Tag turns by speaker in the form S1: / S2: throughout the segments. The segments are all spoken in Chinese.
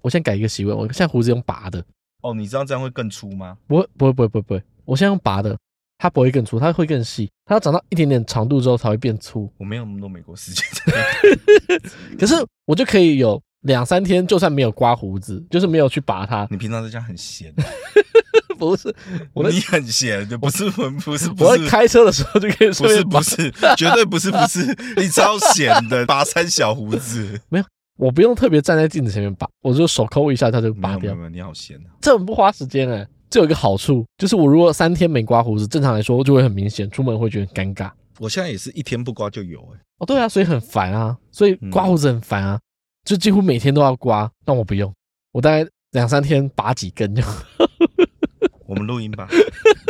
S1: 我现在改一个习惯，我现在胡子用拔的，
S2: 哦，你知道这样会更粗吗？
S1: 不会不会不会不会不会，我现在用拔的，它不会更粗，它会更细，它要长到一点点长度之后才会变粗。
S2: 我没有那么多美国时间，
S1: 可是我就可以有两三天，就算没有刮胡子，就是没有去拔它，
S2: 你平常在家很闲，哦
S1: 不是我在
S2: 你很闲，对，不是不不是不
S1: 我在
S2: 是。
S1: 开车的时候就可以顺
S2: 不是
S1: 便拔
S2: 不，是，绝对不是不是，你超闲的，拔三小胡 子，
S1: 我不用特别站在镜子前面拔，我就手抠一下它就
S2: 没
S1: 拔
S2: 有没
S1: 掉
S2: 有，没有，你好闲啊！
S1: 这很不花时间哎、这有一个好处，就是我如果三天没刮胡子，正常来说就会很明显，出门会觉得很尴尬。
S2: 我现在也是一天不刮就有哎、
S1: 哦，对啊，所以很烦啊，所
S2: 嗯
S1: 以刮胡子很烦啊，就几乎每天都要刮，但我不用，我大概两三天拔几根就。
S2: 我们录音吧，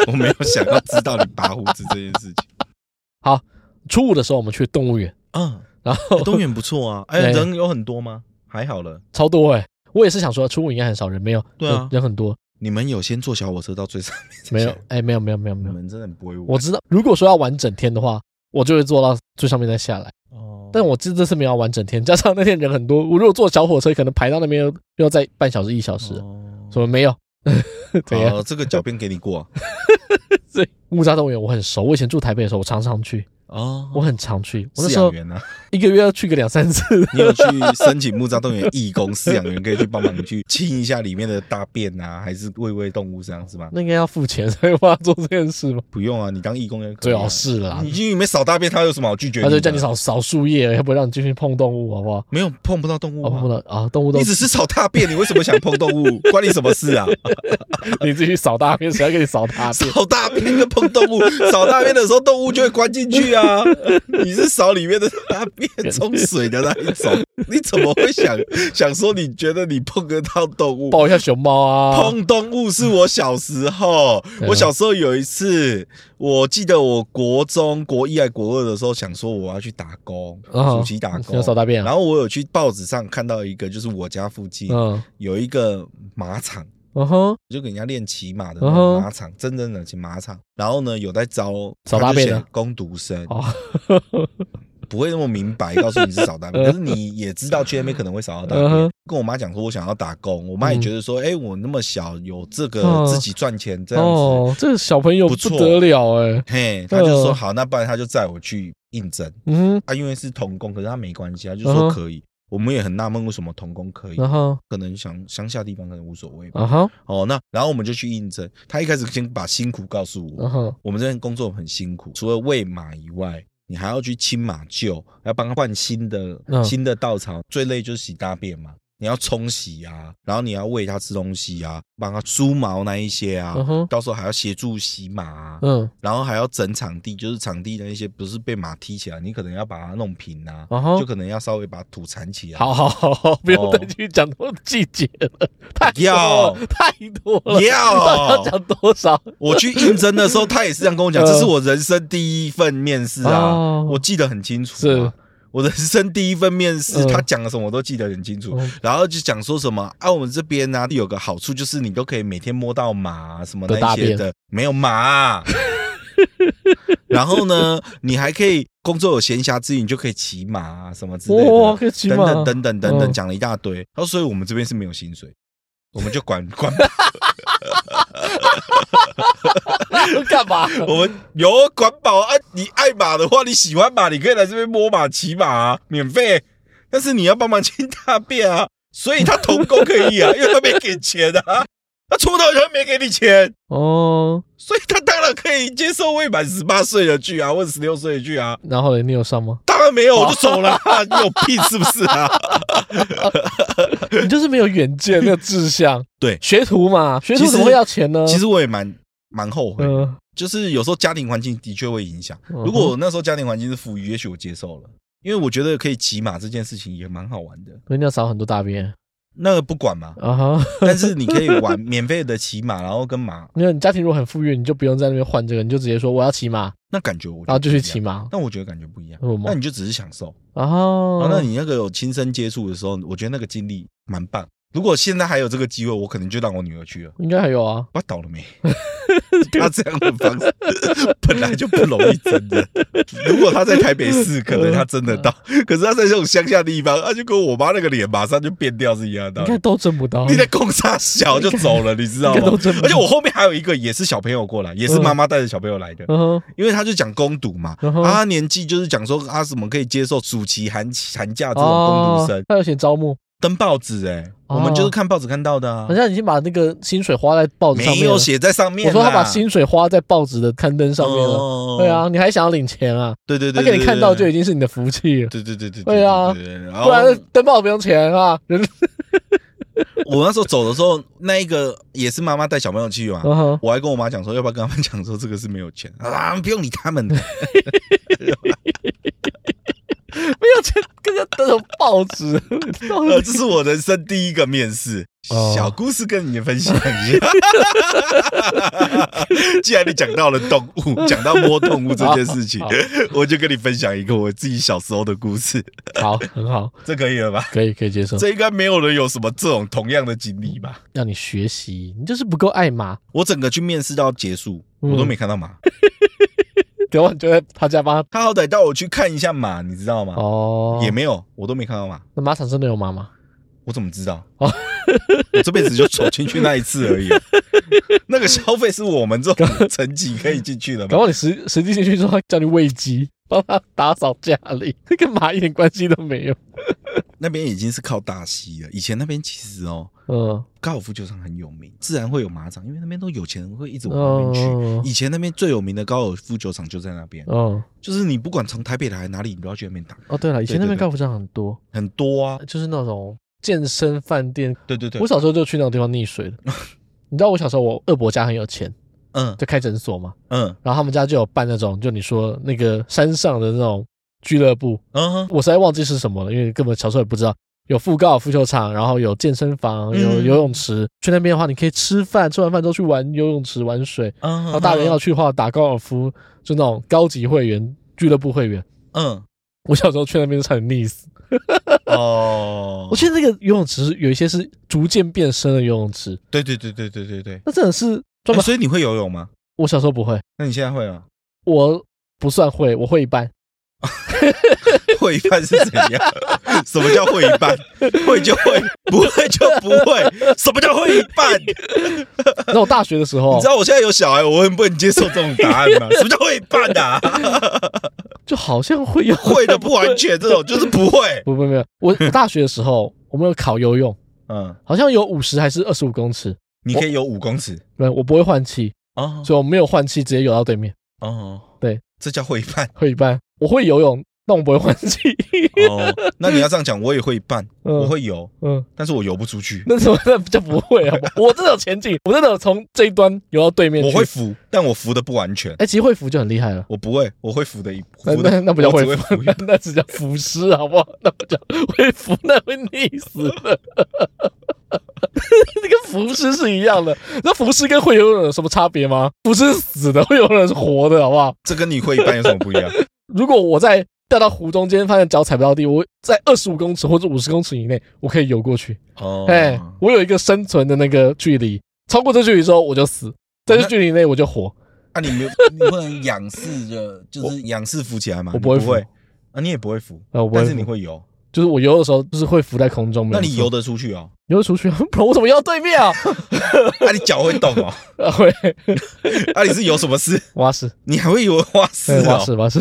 S2: 我没有想要知道你拔胡子这件事情。
S1: 初五的时候我们去动物园，
S2: 嗯，
S1: 然后
S2: 东园不错啊，哎、
S1: 对
S2: 人有很多吗？还好了，
S1: 超多哎、我也是想说初五应该很少人，没有，
S2: 对啊
S1: 人人很多，
S2: 你们有先坐小火车到最上面？
S1: 没有，哎、没有没有没有没
S2: 你
S1: 有，
S2: 们真的很不会玩。
S1: 我知道，如果说要玩整天的话，我就会坐到最上面再下来，
S2: 哦，
S1: 但我这这次没有要玩整天，加上那天人很多，我如果坐小火车，可能排到那边又又要再半小时一小时，
S2: 哦
S1: 所以没有，怎样？
S2: 好，这个狡辩给你过 啊、
S1: 所以木栅动物园我很熟，我以前住台北的时候，我常常去，
S2: 哦，
S1: 我很常去，我那
S2: 饲
S1: 时候
S2: 养。员啊，
S1: 一个月要去个两三次。
S2: 你有去申请木栅动物园义工饲养员，可以去帮忙去清一下里面的大便啊，还是喂喂动物这样是吗？
S1: 那应该要付钱才有办法做这件事 吗？
S2: 不用啊，你当义工也可以、啊。
S1: 最好是啦
S2: 你，进去里面扫大便，他有什么好拒绝
S1: 他就
S2: 的
S1: 叫你扫扫树叶，要不让你进去碰动物，好不好？
S2: 没有碰不到动物、
S1: 哦，
S2: 啊，
S1: 碰不到啊，动物都
S2: 你只是扫大便，你为什么想碰动 物？关你什么事啊？
S1: 你自己扫大便，谁要给你扫大便？
S2: 扫大便跟碰 动物，扫大便的时候动物就会关进去啊。你是扫里面的大便冲水的那一种，你怎么会 想想说你觉得你碰得到动物？
S1: 抱一下熊猫啊，
S2: 碰动物是我小时候
S1: 对，啊
S2: 我小时候有一次，我记得我国中国一还国二的时候，想说我要去打工，
S1: 啊
S2: 暑期打
S1: 要
S2: 工，
S1: 扫大便啊
S2: 然。后我有去报纸上看到一个，就是我家附近
S1: 嗯，
S2: 有一个马场。
S1: 嗯哼，
S2: 就给人家练骑马的那
S1: 嗯
S2: 种
S1: 哼
S2: 马场，真正的骑马场。然后呢，有在招
S1: 扫大便的
S2: 他就写工读生，
S1: 哦，
S2: 不会那么明白告诉你是扫大 便，
S1: 嗯
S2: 可是你也知道去那边可能会扫到大便。
S1: 嗯哼
S2: 跟我妈讲说，我想要打工，我妈也觉得说，哎、我那么小有这
S1: 嗯
S2: 个自己赚钱这样子，
S1: 哦，这个小朋友不
S2: 不错
S1: 得了哎，
S2: 嘿，她就说
S1: 嗯
S2: 好，那不然她就载我去应征。
S1: 嗯哼，
S2: 啊，因为是童工，可是她没关系，她就
S1: 嗯哼嗯
S2: 说可以。我们也很纳闷，为什么童工可以？
S1: 然后，
S2: 可能乡乡下地方可能无所谓吧。
S1: 啊哈，
S2: 哦，那然后我们就去应征。她一开始先把辛苦告诉我
S1: 然，后，
S2: 我们这边工作很辛苦，除了喂马以外，你还要去清马厩，要帮它换新的、
S1: 嗯
S2: 新的稻草，最累就是洗大便嘛。你要冲洗啊，然后你要喂它吃东西啊，帮它梳毛那一些啊，
S1: 嗯哼
S2: 到时候还要协助洗马啊，
S1: 嗯，
S2: 然后还要整场地，就是场地的一些不是被马踢起来，你可能要把它弄平啊，
S1: 然后
S2: 就，可能要稍微把土铲起来。
S1: 哦好好好好，不用
S2: 哦
S1: 再继续讲那么细节了，太多
S2: 要
S1: 了太多了，到 底要
S2: 要
S1: 讲多少？
S2: 我去应征的时候，他也是这样跟我讲，
S1: 嗯
S2: 这是我人生第一份面试啊
S1: 哦，
S2: 我记得很清楚
S1: 是
S2: 啊。我人生第一份面试
S1: 嗯，
S2: 他讲了什么我都记得很清楚
S1: 嗯，
S2: 然后就讲说什么啊，我们这边呢有个好处就是你都可以每天摸到马啊什么
S1: 的
S2: 那一些
S1: 大
S2: 的，没有 马啊，然后呢，你还可以工作有闲暇之余，你就可以骑马啊什么之类
S1: 哇，
S2: 的，
S1: 哦可以骑
S2: 等
S1: 马，
S2: 等等等
S1: 嗯
S2: 等等，讲了一大堆。然后所以我们这边是没有薪水，我们就管 管
S1: 干嘛？
S2: 我们有管保啊，你爱马的话，你喜欢马，你可以来这边摸马、骑马、啊，免费。但是你要帮忙清大便啊，所以他童工可以啊， 因为他没给钱啊，他出道他没给你钱，
S1: 哦，
S2: 所以他当然可以接受未满十八岁的去啊，或者十六岁的去啊。
S1: 然后嘞，你有上 吗？
S2: 当然没有，我就走了啊、 你有病是不是啊？
S1: 你就是没有远见，没有志向。
S2: 对
S1: 学徒嘛，学徒
S2: 其实
S1: 怎么会要钱呢？
S2: 其，实我也蛮蛮后悔，
S1: 嗯，
S2: 就是有时候家庭环境的确会影响。
S1: 嗯哼
S2: 如果我那时候家庭环境是富裕，也许我接受了，因为我觉得可以骑马这件事情也蛮好玩的。
S1: 人家少很多大便，
S2: 那个不管嘛
S1: 啊哈。
S2: 但是你可以玩免费的骑马，然后跟马，
S1: 没有，你家庭如果很富裕，你就不用在那边换这个，你就直接说我要骑马，
S2: 那感觉我
S1: 然后就去骑
S2: 马，
S1: 马。嗯
S2: 但我觉得感觉不一样
S1: 为什么。
S2: 那你啊就只是享受，
S1: 哦
S2: 然后那你那个有亲身接触的时候，我觉得那个经历蛮棒。如果现在还有这个机会，我可能就让我女儿去了。
S1: 应该还有啊。
S2: 我倒了 没？他这样的方式 本来就不容易，真的。如果他在台北市，可能他真的到；
S1: 嗯
S2: 可是他在这种乡下地方，他就跟我妈那个脸马上就变掉是一样的
S1: 应
S2: 道
S1: 该
S2: 理。
S1: 都挣不到，
S2: 你在公差小就走了，你知道
S1: 应该
S2: 吗
S1: 都真？不
S2: 而且我后面还有一个也是小朋友过来，也是妈妈带着小朋友来的，
S1: 嗯哼，
S2: 因为他就讲攻读嘛，啊
S1: 嗯哼
S2: 他年纪就是讲说他什么可以接受暑期寒寒假这种攻读生
S1: 哦，他有写招募，
S2: 登报纸哎，
S1: 哦
S2: 我们就是看报纸看到的啊
S1: 好，像已经把那个薪水花在报纸上
S2: 没
S1: 面了
S2: 有。写在上面
S1: 我
S2: 啦。
S1: 说他把薪水花在报纸的刊登上面了。
S2: 哦
S1: 对啊，你还想要领钱啊？
S2: 对对
S1: 他
S2: 对，
S1: 给你
S2: 对
S1: 看到就
S2: 对
S1: 已经是你的福气了，
S2: 对对对对，
S1: 对啊
S2: 对对对然
S1: 不
S2: 后
S1: 然登报不用钱啊。 人，
S2: 我那时候走的时候，那一个也是妈妈带小朋友去嘛，
S1: 嗯哼，
S2: 我还跟我妈讲说，要不要跟他们讲说这个是没有钱 啊，不用理他们的。
S1: 没有钱跟人家登什么报纸？ 到
S2: 呃，
S1: 底
S2: 这是我人生第一个面试，
S1: 哦
S2: 小故事跟你分享一下。 既然你讲到了动物，讲到摸动物这件事 情
S1: 好，
S2: 我就跟你分享一个我自己小时候的 故事，
S1: 好，很好，
S2: 这可以了吧？
S1: 可以可以接受。
S2: 这应该没有人有什么这种同样的经历吧？
S1: 让你学习，你就是不够爱马。
S2: 我整个去面试到结束，我都
S1: 嗯
S2: 没看到马。
S1: 然后你就在他家帮
S2: 他好歹带我去看一下马，你知道吗
S1: 他。？哦，
S2: 嗯也没有，我都没看到马，
S1: 那马场真的有马吗？
S2: 我怎么知道？
S1: 哦
S2: 我这辈子就走进去那一次 而已。那个消费是我们这种层级可以进去的
S1: 搞
S2: 吗？
S1: 不好你实实际进去之后，他叫你喂鸡，帮他打扫家里， 这跟马一点关系都没有。
S2: 那边已经是靠大溪了，以前那边其实哦，
S1: 嗯，
S2: 高尔夫球场很有名，自然会有马场，因为那边都有钱人会一直往那边去。
S1: 嗯
S2: 以前那边最有名的高尔夫球场就在那边，
S1: 嗯，
S2: 就是你不管从台北来哪里，你都要去那边打，
S1: 哦，对了，以前那
S2: 对
S1: 边
S2: 对
S1: 高尔夫球场很多，
S2: 很多啊。
S1: 就是那种健身饭店。
S2: 对对对
S1: 我，小时候就去那种地方溺 水的。你知道我小时候，我二伯家很有钱，
S2: 嗯
S1: 就开诊所嘛，
S2: 嗯
S1: 然后他们家就有办那种，就你说那个山上的那种俱乐部，
S2: 嗯哼，
S1: 我实在忘记是什么了，因为根本小时候也不知道。有副高尔夫球场，然后有健身房，有
S2: 嗯
S1: 游泳池。去那边的话，你可以吃饭，吃完饭之后去玩游泳池、玩水。
S2: 嗯
S1: 然后大人要去的话，打高尔夫，就那种高级会员、俱乐部会员。
S2: 嗯
S1: 我小时候去那边就差点溺死。
S2: 哦，
S1: 我记得那个游泳池是有一些是逐渐变深的游泳池，
S2: 对对对对对对对。
S1: 那真的是哎专
S2: 欸
S1: 门。
S2: 所以你会游泳吗？
S1: 我小时候不会，
S2: 那你现在会吗？
S1: 我不算会，我会一 半。
S2: 会一半是怎样？什么叫会一半？会就会，不会就不会。什么叫会一半？你
S1: 那我大学的时候
S2: 知，道我现在有小孩，我很不能接受这种答案 吗？什么叫会一半啊？
S1: 就好像会 有
S2: 会的不完全，这种就是不会。
S1: 不不不， 我我大学的时候我们有考游泳，
S2: 嗯，
S1: 好像有五十还是二十五公尺。
S2: 你可以游五公尺
S1: 对，我不会换气，
S2: 哦
S1: 所以我没有换气，直接游到对面，
S2: 哦，
S1: 对，
S2: 这叫会一半
S1: 会一半。我会游泳，但我不会换气。
S2: 哦。那你要这样讲，我也会一半，
S1: 嗯
S2: 我会游，
S1: 嗯，
S2: 但是我游不出去。
S1: 那什么那就不会啊！我我真的有前进，我真的有从这一端游到对面去。
S2: 我会浮，但我浮的不完全。
S1: 哎、其实会浮就很厉害了。
S2: 我不会，我会浮的一
S1: 那
S2: 浮
S1: 那
S2: 的，
S1: 那不叫
S2: 我只
S1: 会浮
S2: 会浮一，
S1: 那只叫浮尸，好不好？那不叫会浮，那会溺死的。 那跟浮尸是一样的。那浮尸跟会游泳有什么差别吗？浮尸是死的，会游泳是活的，好不好？
S2: 这跟你会一半有什么不一样？
S1: 如果我在掉到湖中间，发现脚踩不到地，我在二十五公尺或者五十公尺以内，我可以游过去。
S2: 哦，
S1: 哎、我有一个生存的那个距离，超过这距离之后我就死，在这距离内我就活。
S2: 啊，你没有，你不能仰视 着，就是仰视浮起来嘛？
S1: 我
S2: 你
S1: 不
S2: 不
S1: 会浮
S2: 啊，你也不会浮，
S1: 啊我不会
S2: 但是
S1: 浮
S2: 你会游，
S1: 就是我游的时候，就是会浮在空中。
S2: 那
S1: 没有
S2: 你
S1: 错
S2: 游得出去哦？
S1: 游得出去啊，不然我怎么游到对面啊？
S2: 啊，你脚会动 哦？
S1: 啊会，
S2: 啊，你是游什么事？
S1: 蛙式，
S2: 你还会游蛙式
S1: 对蛙
S2: 哦？
S1: 式，蛙式，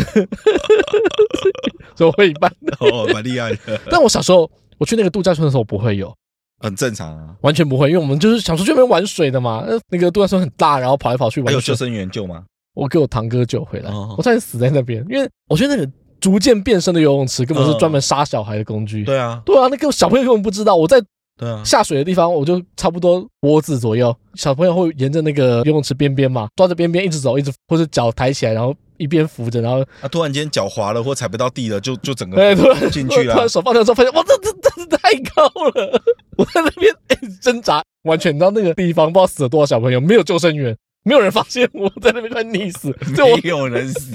S1: 所以我会一半。
S2: 哦，蛮厉害的，
S1: 但我小时候我去那个度假村的时候，我不会游，
S2: 很正常啊。
S1: 完全不会，因为我们就是小时候就没玩水的嘛。呃那个度假村很大，然后跑来跑去
S2: 还有
S1: 玩水
S2: 救。生员救吗？
S1: 我给我堂哥救回来
S2: 哦，
S1: 我差点死在那边，因为我觉得那个逐渐变身的游泳池根本是
S2: 嗯
S1: 专门杀小孩的工具。
S2: 对啊，
S1: 对啊，那个小朋友根本不知道，我在
S2: 对啊，
S1: 下水的地方，我就差不多脖子左右，小朋友会沿着那个游泳池边边嘛，抓着边边一直走，一直或者脚抬起来，然后一边扶着，然后
S2: 啊，突然间脚滑了或踩不到地了，就就整
S1: 哎，
S2: 个
S1: 突然
S2: 进去啊
S1: 突然
S2: 了。
S1: 手放掉之后，发现哇，这这这这太高了！ 我在那边、哎挣扎，完全你知道那个地方不知道死了多少小朋友，没有救生员，没有人发现我在那边快溺 死，所以我
S2: 没有人死，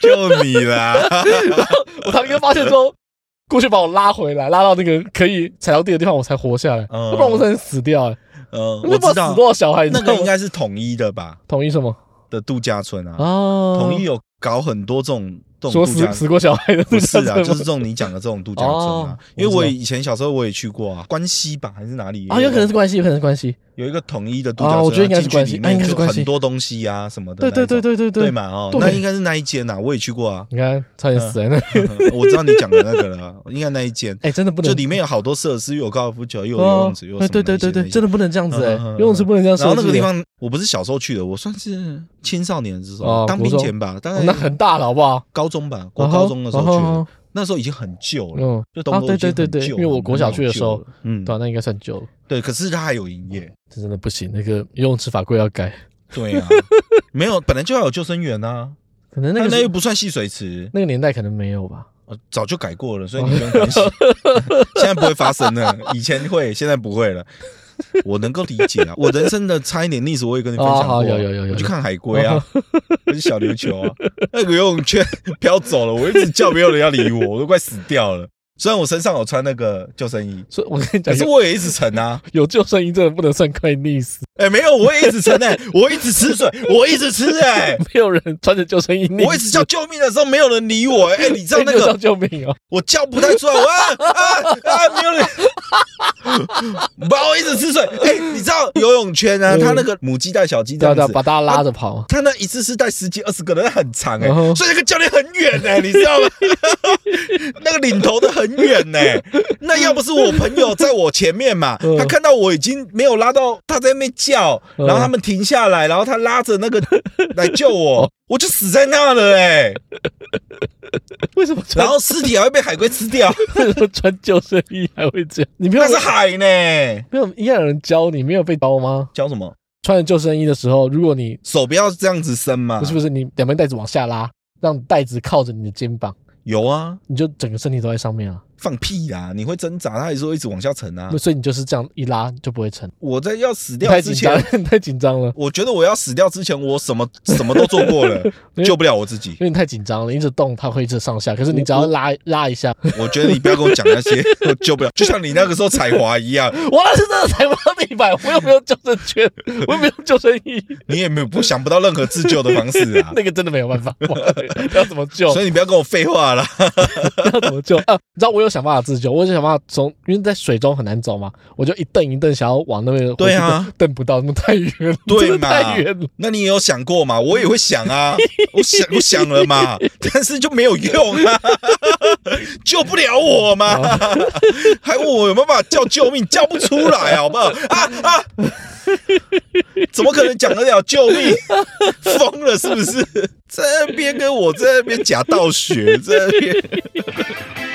S2: 救你啦！
S1: 我堂哥发现之后，过去把我拉回来，拉到那个可以踩到地的地方，我才活下来，
S2: 嗯
S1: 要不然我真的死掉了。
S2: 呃，
S1: 那
S2: 我
S1: 不
S2: 知
S1: 知道
S2: 道
S1: 死多少小孩，你
S2: 那
S1: 知道
S2: 个
S1: 吗
S2: 应该是统一的吧
S1: 统一什么
S2: 的度假村啊，
S1: 啊？
S2: 统一有搞很多这种这种
S1: 说
S2: 度假
S1: 死死过小 孩的
S2: 啊 不
S1: 度
S2: 是
S1: 假
S2: 啊，
S1: 村
S2: 就是这
S1: 吗
S2: 种你讲的这种度假村啊
S1: 哦，
S2: 因为
S1: 我
S2: 我
S1: 知道
S2: 以前小时候我也去过啊，关西吧还是哪里
S1: 啊，有可能是关系，有可能是关系。
S2: 有一个统一的度假村
S1: 啊
S2: 啊，
S1: 我觉得应该是
S2: 进去
S1: 关西
S2: 里
S1: 啊应
S2: 面
S1: 该是
S2: 就
S1: 关西
S2: 很多东西啊什么的那
S1: 对
S2: 一
S1: 对
S2: 种，
S1: 对对对
S2: 对
S1: 对，
S2: 嘛哦，
S1: 对
S2: 那应该是那一间呐，我也去 过啊，
S1: 你看差点死在
S2: 嗯
S1: 那。
S2: 我知道你讲的那个了，应该那一间，
S1: 哎，真的不能
S2: 就里面有好多设施，又有高尔夫球，又有游
S1: 哦
S2: 泳池，又有什
S1: 对
S2: 么
S1: 对对对
S2: 那
S1: 对，
S2: 些
S1: 真的不能这样子哎
S2: 嗯嗯嗯，
S1: 游泳池不能这样设
S2: 然
S1: 计
S2: 后
S1: 的。
S2: 那个地方，我不是小时候去的，我算是青少年的时候，
S1: 哦
S2: 当兵
S1: 国中
S2: 前吧，大
S1: 哦那
S2: 概
S1: 很大了，好不好？
S2: 高中吧，国哎高中的时候去
S1: 哦
S2: 的，那时候已经很旧了，
S1: 嗯，
S2: 就东
S1: 啊
S2: 都
S1: 对
S2: 已经
S1: 对对
S2: 很
S1: 对
S2: 旧了
S1: 因为我国小去的时候，
S2: 嗯，
S1: 对啊，那应该算旧了。
S2: 对，可是它还有营业，
S1: 这真的不行，那个游泳池法规要改。
S2: 对 啊，没有，本来就要有救生员啊，
S1: 可能 那
S2: 那
S1: 个
S2: 那
S1: 是
S2: 又不算戏水池，
S1: 那个年代可能没有吧。
S2: 呃早就改过了，所以
S1: 哦
S2: 你不用担心， 现在不会发生了，以前会，现在不会了。我能够理解啊，我人生的差一点历史我也跟你分享过啊，
S1: 哦好有有有有有
S2: 我去看海龟啊，我去小琉球啊，那个游泳圈飘走了，我一直叫没有人要理我，我都快死掉了。虽然我身上有穿那个救生衣，
S1: 所以我跟你
S2: 可
S1: 讲，
S2: 是
S1: 有
S2: 我也一直沉啊，
S1: 有救生衣真的不能算快溺死，
S2: 哎、没有，我也一直沉 哎、我一直吃水，我一直吃哎、
S1: 没有人穿着救生衣溺死。
S2: 我一直叫救命的时候没有人理我哎、哎你知道那
S1: 哎你有
S2: 个
S1: 叫救命哦！
S2: 我叫不太出来，我啊啊啊，没有 人，把我一直吃水。哎、你知道游泳圈啊，
S1: 嗯
S2: 它那个母鸡带小鸡这
S1: 对啊
S2: 样
S1: 对啊，
S2: 子
S1: 把，大家拉着跑。
S2: 它那一次是带十几二十个人，那很长哎、
S1: 嗯哼
S2: 所以那个教练很远 哎、你知道吗？那个领头的很远哎、那要不是我朋友在我前面嘛，
S1: 嗯
S2: 他看到我已经没有拉到，他在那边叫，
S1: 嗯
S2: 然后他们停下来，然后他拉着那个 来救我，我就死在那了哎、
S1: 啊为什么
S2: 然
S1: 穿
S2: 后尸体还会被海龟 吃掉，
S1: 为什么穿救生衣还会这样？你没有
S2: 那是海呢、
S1: 没有应该有人教你，没有被教吗？
S2: 教什么？
S1: 穿着救生衣的时候，如果你
S2: 手不要这样子伸嘛。
S1: 不是不是你两边带子往下拉，让带子靠着你的肩膀，
S2: 有啊，
S1: 你就整个身体都在上面啊。
S2: 放屁啦！你会挣扎，它还是会一直往下沉啊
S1: 那。所以你就是这样一拉就不会沉。
S2: 我在要死
S1: 你
S2: 掉
S1: 太
S2: 之
S1: 紧张
S2: 前，
S1: 了，你太紧张了，
S2: 我觉得我要死掉之前，我什么 什么都做过了，救不了我自己
S1: 因。为你太紧张了，一直动它会一直上下。可是你只
S2: 我
S1: 要拉拉一下，
S2: 我觉得你不要跟我讲那些， 我救不了。就像你那个时候踩滑一样，
S1: 我那是真的踩不到地板，我又没有救生 圈，我又没有救生衣，。
S2: 你也没有不想不到任何自救的方式啊
S1: 那个 真的没有办法，要怎么救？
S2: 所以你不要跟我废话啦。
S1: 要怎么救？啊，你知道我有想办法自救，我就想办法从，因为在水中很难走嘛，我就一蹬一蹬，想要往那边回去
S2: 对啊
S1: 蹬，蹬不到，那么太远了，
S2: 对
S1: 真的
S2: 嘛
S1: 太远了。
S2: 那你也有想过嘛？我也会想啊，我想我想了嘛， 但是就没有用啊， 救不了我嘛，还问我有没有办法叫救命，叫不出来好不 好？啊啊！怎么可能讲得了救命？ 疯了是不是？在那边跟我在那边假道学，在那边。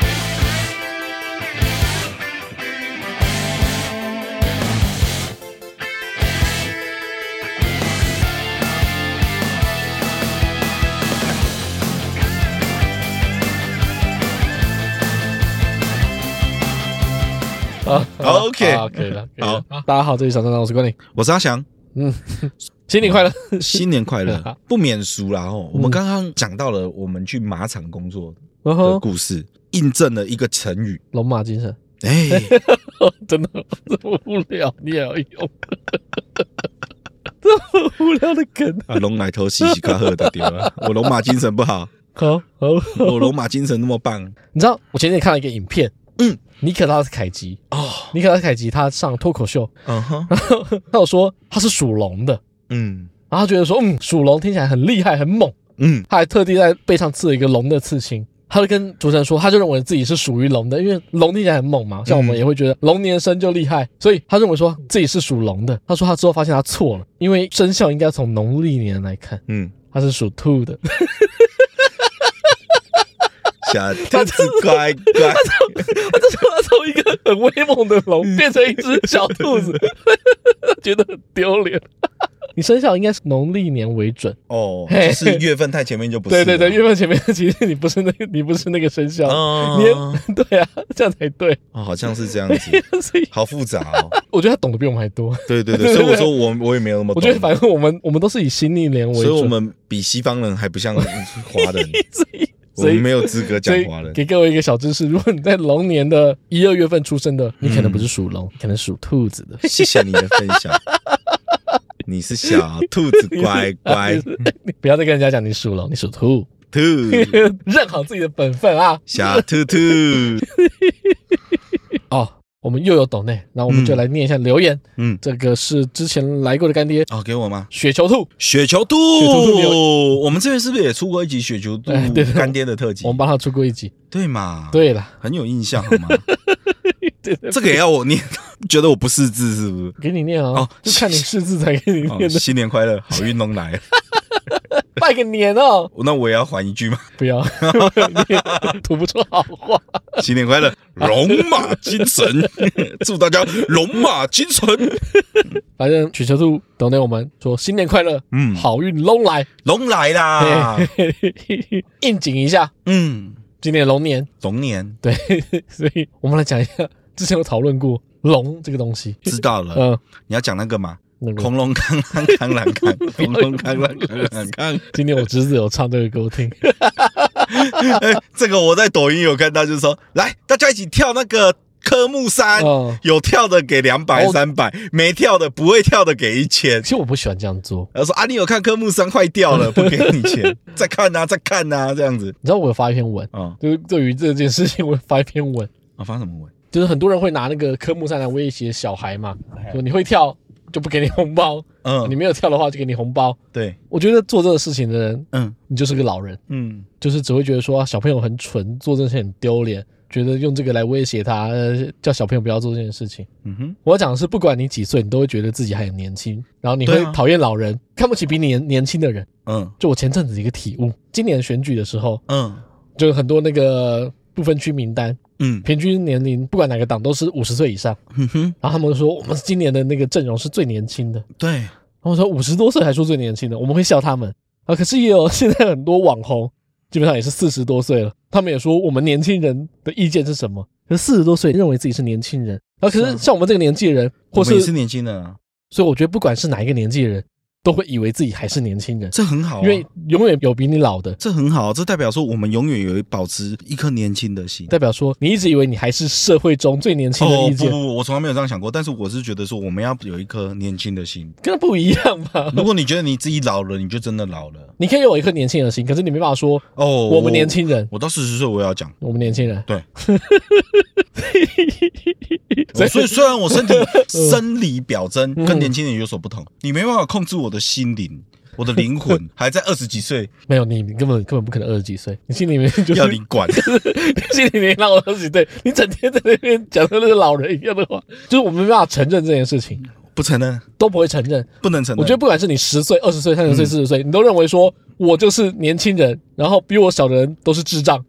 S1: 啊
S2: 好，OK
S1: 好可以了，可以了啊
S2: 好。
S1: 大家好，这里是小张张，我是关你，
S2: 我是阿翔，
S1: 新年快乐。
S2: 新年快乐
S1: 好！
S2: 不免俗啦哦，我们
S1: 嗯
S2: 刚刚讲到了我们去马场工作
S1: 然
S2: 的
S1: 后
S2: 故事，印证了一个成 语。
S1: 龙马精神，
S2: 哎、
S1: 真的这么无聊，你也要用， 这么无聊的梗。
S2: 啊，龙奶头洗洗卡喝的掉 了。我龙马精神不好，
S1: 好好，好
S2: 我龙马精神那么棒
S1: 你知道我前天看了一个影片，
S2: 嗯，
S1: 尼可拉斯凯奇，
S2: 哦。
S1: 尼可拉斯凯奇他上脱口秀，
S2: 嗯哼，
S1: 他有说他是属龙的，
S2: 嗯
S1: 然后他觉得说，嗯，属龙听起来很厉害很猛，
S2: 嗯，
S1: 他还特地在背上刺了一个龙的刺青。他就跟主持人说，他就认为自己是属于龙的，因为龙听起来很猛
S2: 嗯
S1: 嘛，像我们也会觉得龙年生就厉害，所以他认为说自己是属龙的。他说他之后发现他错了，因为生肖应该从农历年来看，
S2: 嗯，
S1: 他是属兔 的。
S2: 小兔子乖 乖，
S1: 他就说他从一个很威猛的龙变成一只小兔 子，觉得很丢脸。你生肖应该是农历年为准，
S2: 哦，
S1: 嘿
S2: 就是月份太前面就不是啊
S1: 对
S2: 了，
S1: 对对，月份前面其实你不是那个，你不是那个生肖，
S2: 哦
S1: 你也 对啊，这样才对。
S2: 哦，好像是这样子，
S1: 所以
S2: 好复杂哦，
S1: 我觉得他懂得比我们还多。
S2: 对对对，所以我说我我也没有那么
S1: 我
S2: 懂，
S1: 觉得反正我们我们都是以新历年为
S2: 所以我
S1: 准，
S2: 们比西方人还不像华人，
S1: 所以
S2: 我
S1: 所
S2: 们
S1: 以
S2: 没有资格讲
S1: 所以
S2: 华人。
S1: 给各位一个小知识：如果你在龙年的一二月份出生的，你可能不是属
S2: 嗯
S1: 龙，你可能属兔子的。
S2: 谢谢你的分 享，你是小兔子乖 乖
S1: 你是，你哎不要再跟人家讲你属龙，你属兔，
S2: 兔，
S1: 认好自己的本分啊！
S2: 小兔兔。
S1: 哦，我们又有抖内，那我们就来念一下留言。
S2: 嗯，
S1: 这个是之前来过的干爹
S2: 哦，给我吗？
S1: 雪球兔，
S2: 雪球兔
S1: 雪球兔你，
S2: 我们这边是不是也出过一集雪球兔
S1: 哎对
S2: 干爹的特辑
S1: 我？们帮他出过一集。
S2: 对嘛？，
S1: 对了，
S2: 很有印象好吗？
S1: 对对
S2: 这个也要我念？觉得我不识字是不是？
S1: 给你念啊、
S2: 哦
S1: 就看你识字才给你念
S2: 哦，
S1: 的，
S2: 新年快乐，好运龙来。
S1: 拜个年哦！
S2: 那我也要还一句吗？
S1: 不要， 你吐不出好话。
S2: 新年快乐，龙马精神， 祝大家龙马精神。
S1: 反正雪球兔抖内我们说新年快乐，
S2: 嗯，
S1: 好运龙来，
S2: 龙来啦。
S1: 应景一下
S2: 嗯，
S1: 今年龙年。
S2: 龙年
S1: 对， 所以我们来讲一下之前有讨论过龙这个东西。
S2: 知道了。
S1: 嗯、
S2: 你要讲那个嘛？
S1: 那个
S2: 恐龙康啷康啷康，恐龙 康啷康啷康。
S1: 今天我侄子有唱这个给我 听，
S2: 哎，这个我在抖音有看到，就是说，来大家一起跳那个科目三，
S1: 嗯，
S2: 有跳的给两百、
S1: 哦
S2: 三百，没跳的不会跳的给一千
S1: 其。实我不喜欢这样做。
S2: 然后说啊，你有看科目三坏 掉了，不给你钱，再看啊呐、再看呐、这样子。
S1: 你知道我有发一篇文，
S2: 哦，
S1: 就是对于这件事情我有发一篇文，
S2: 啊，发什么文？
S1: 就是很多人会拿那个科目三来威胁小孩嘛，说你会跳就不给你红包，你
S2: 哎嗯，
S1: 没有跳的话就给你红包。
S2: 对，
S1: 我觉得做这个事情的人，
S2: 嗯
S1: 你就是个老人，
S2: 嗯，
S1: 就是只会觉得说、啊小朋友很蠢，做这件事情很丢脸，觉得用这个来威胁他，呃叫小朋友不要做这件事情。
S2: 嗯哼，
S1: 我要讲的是，不管你几岁，你都会觉得自己还很年轻，然后你会
S2: 对啊
S1: 讨厌老人，看不起比你年年轻的人。
S2: 嗯
S1: 就我前阵子的一个体悟，今年选举的时候，
S2: 嗯
S1: 就是很多那个不分区名单，
S2: 嗯，
S1: 平均年龄不管哪个党都是五十岁以上，
S2: 嗯哼，
S1: 然后他们说我们今年的那个阵容是最年轻的，
S2: 对，
S1: 他们说五十多岁还说最年轻的，我们会笑他们啊。可是也有 现在很多网红，基本上也是四十多岁了，他们也说我们年轻人的意见是什么？可是四十多岁认为自己是年轻人，然后可
S2: 是
S1: 是
S2: 啊
S1: 像我们这个年纪的人，或
S2: 我们
S1: 是
S2: 也是年轻人啊，
S1: 所以我觉得不管是哪一个年纪的人，都会以为自己还是年轻人，
S2: 这很好、啊，
S1: 因为永远有比你老的，
S2: 这很好，啊这代表说我们永远有保持一颗年轻的心。
S1: 代表说你一直以为你还是社会中最年轻的
S2: 哦
S1: 意
S2: 不不
S1: 见，
S2: 不，我从来没有这样想过，但是我是觉得说我们要有一颗年轻 的心。
S1: 跟他不一样嘛。
S2: 如果你觉得你自己老了，你就真的老了。
S1: 你可以有一颗年轻人的心，可是你没办法说
S2: 哦，
S1: 我们年，轻人，
S2: 我到四十岁我也 要讲。
S1: 我们年轻人，
S2: 对，我所以虽然 我身体
S1: 嗯
S2: 生理表征跟年轻人有所不同，你没办法控制我的心灵，我的灵 魂还在二十几岁，
S1: 没有你，你根本根本不可能二十几岁，你心里面就是
S2: 要你 管。
S1: 心里面让我二十几岁，你整天在那边讲的那个老人一样的话，就是我们没办法承认这件事情，
S2: 不承认，
S1: 都不会承认。
S2: 不能承认。
S1: 我觉得不管是你十岁、二十岁、三十岁、四十岁，
S2: 嗯
S1: 你都认为说我就是年轻人，然后比我小的人都是智障，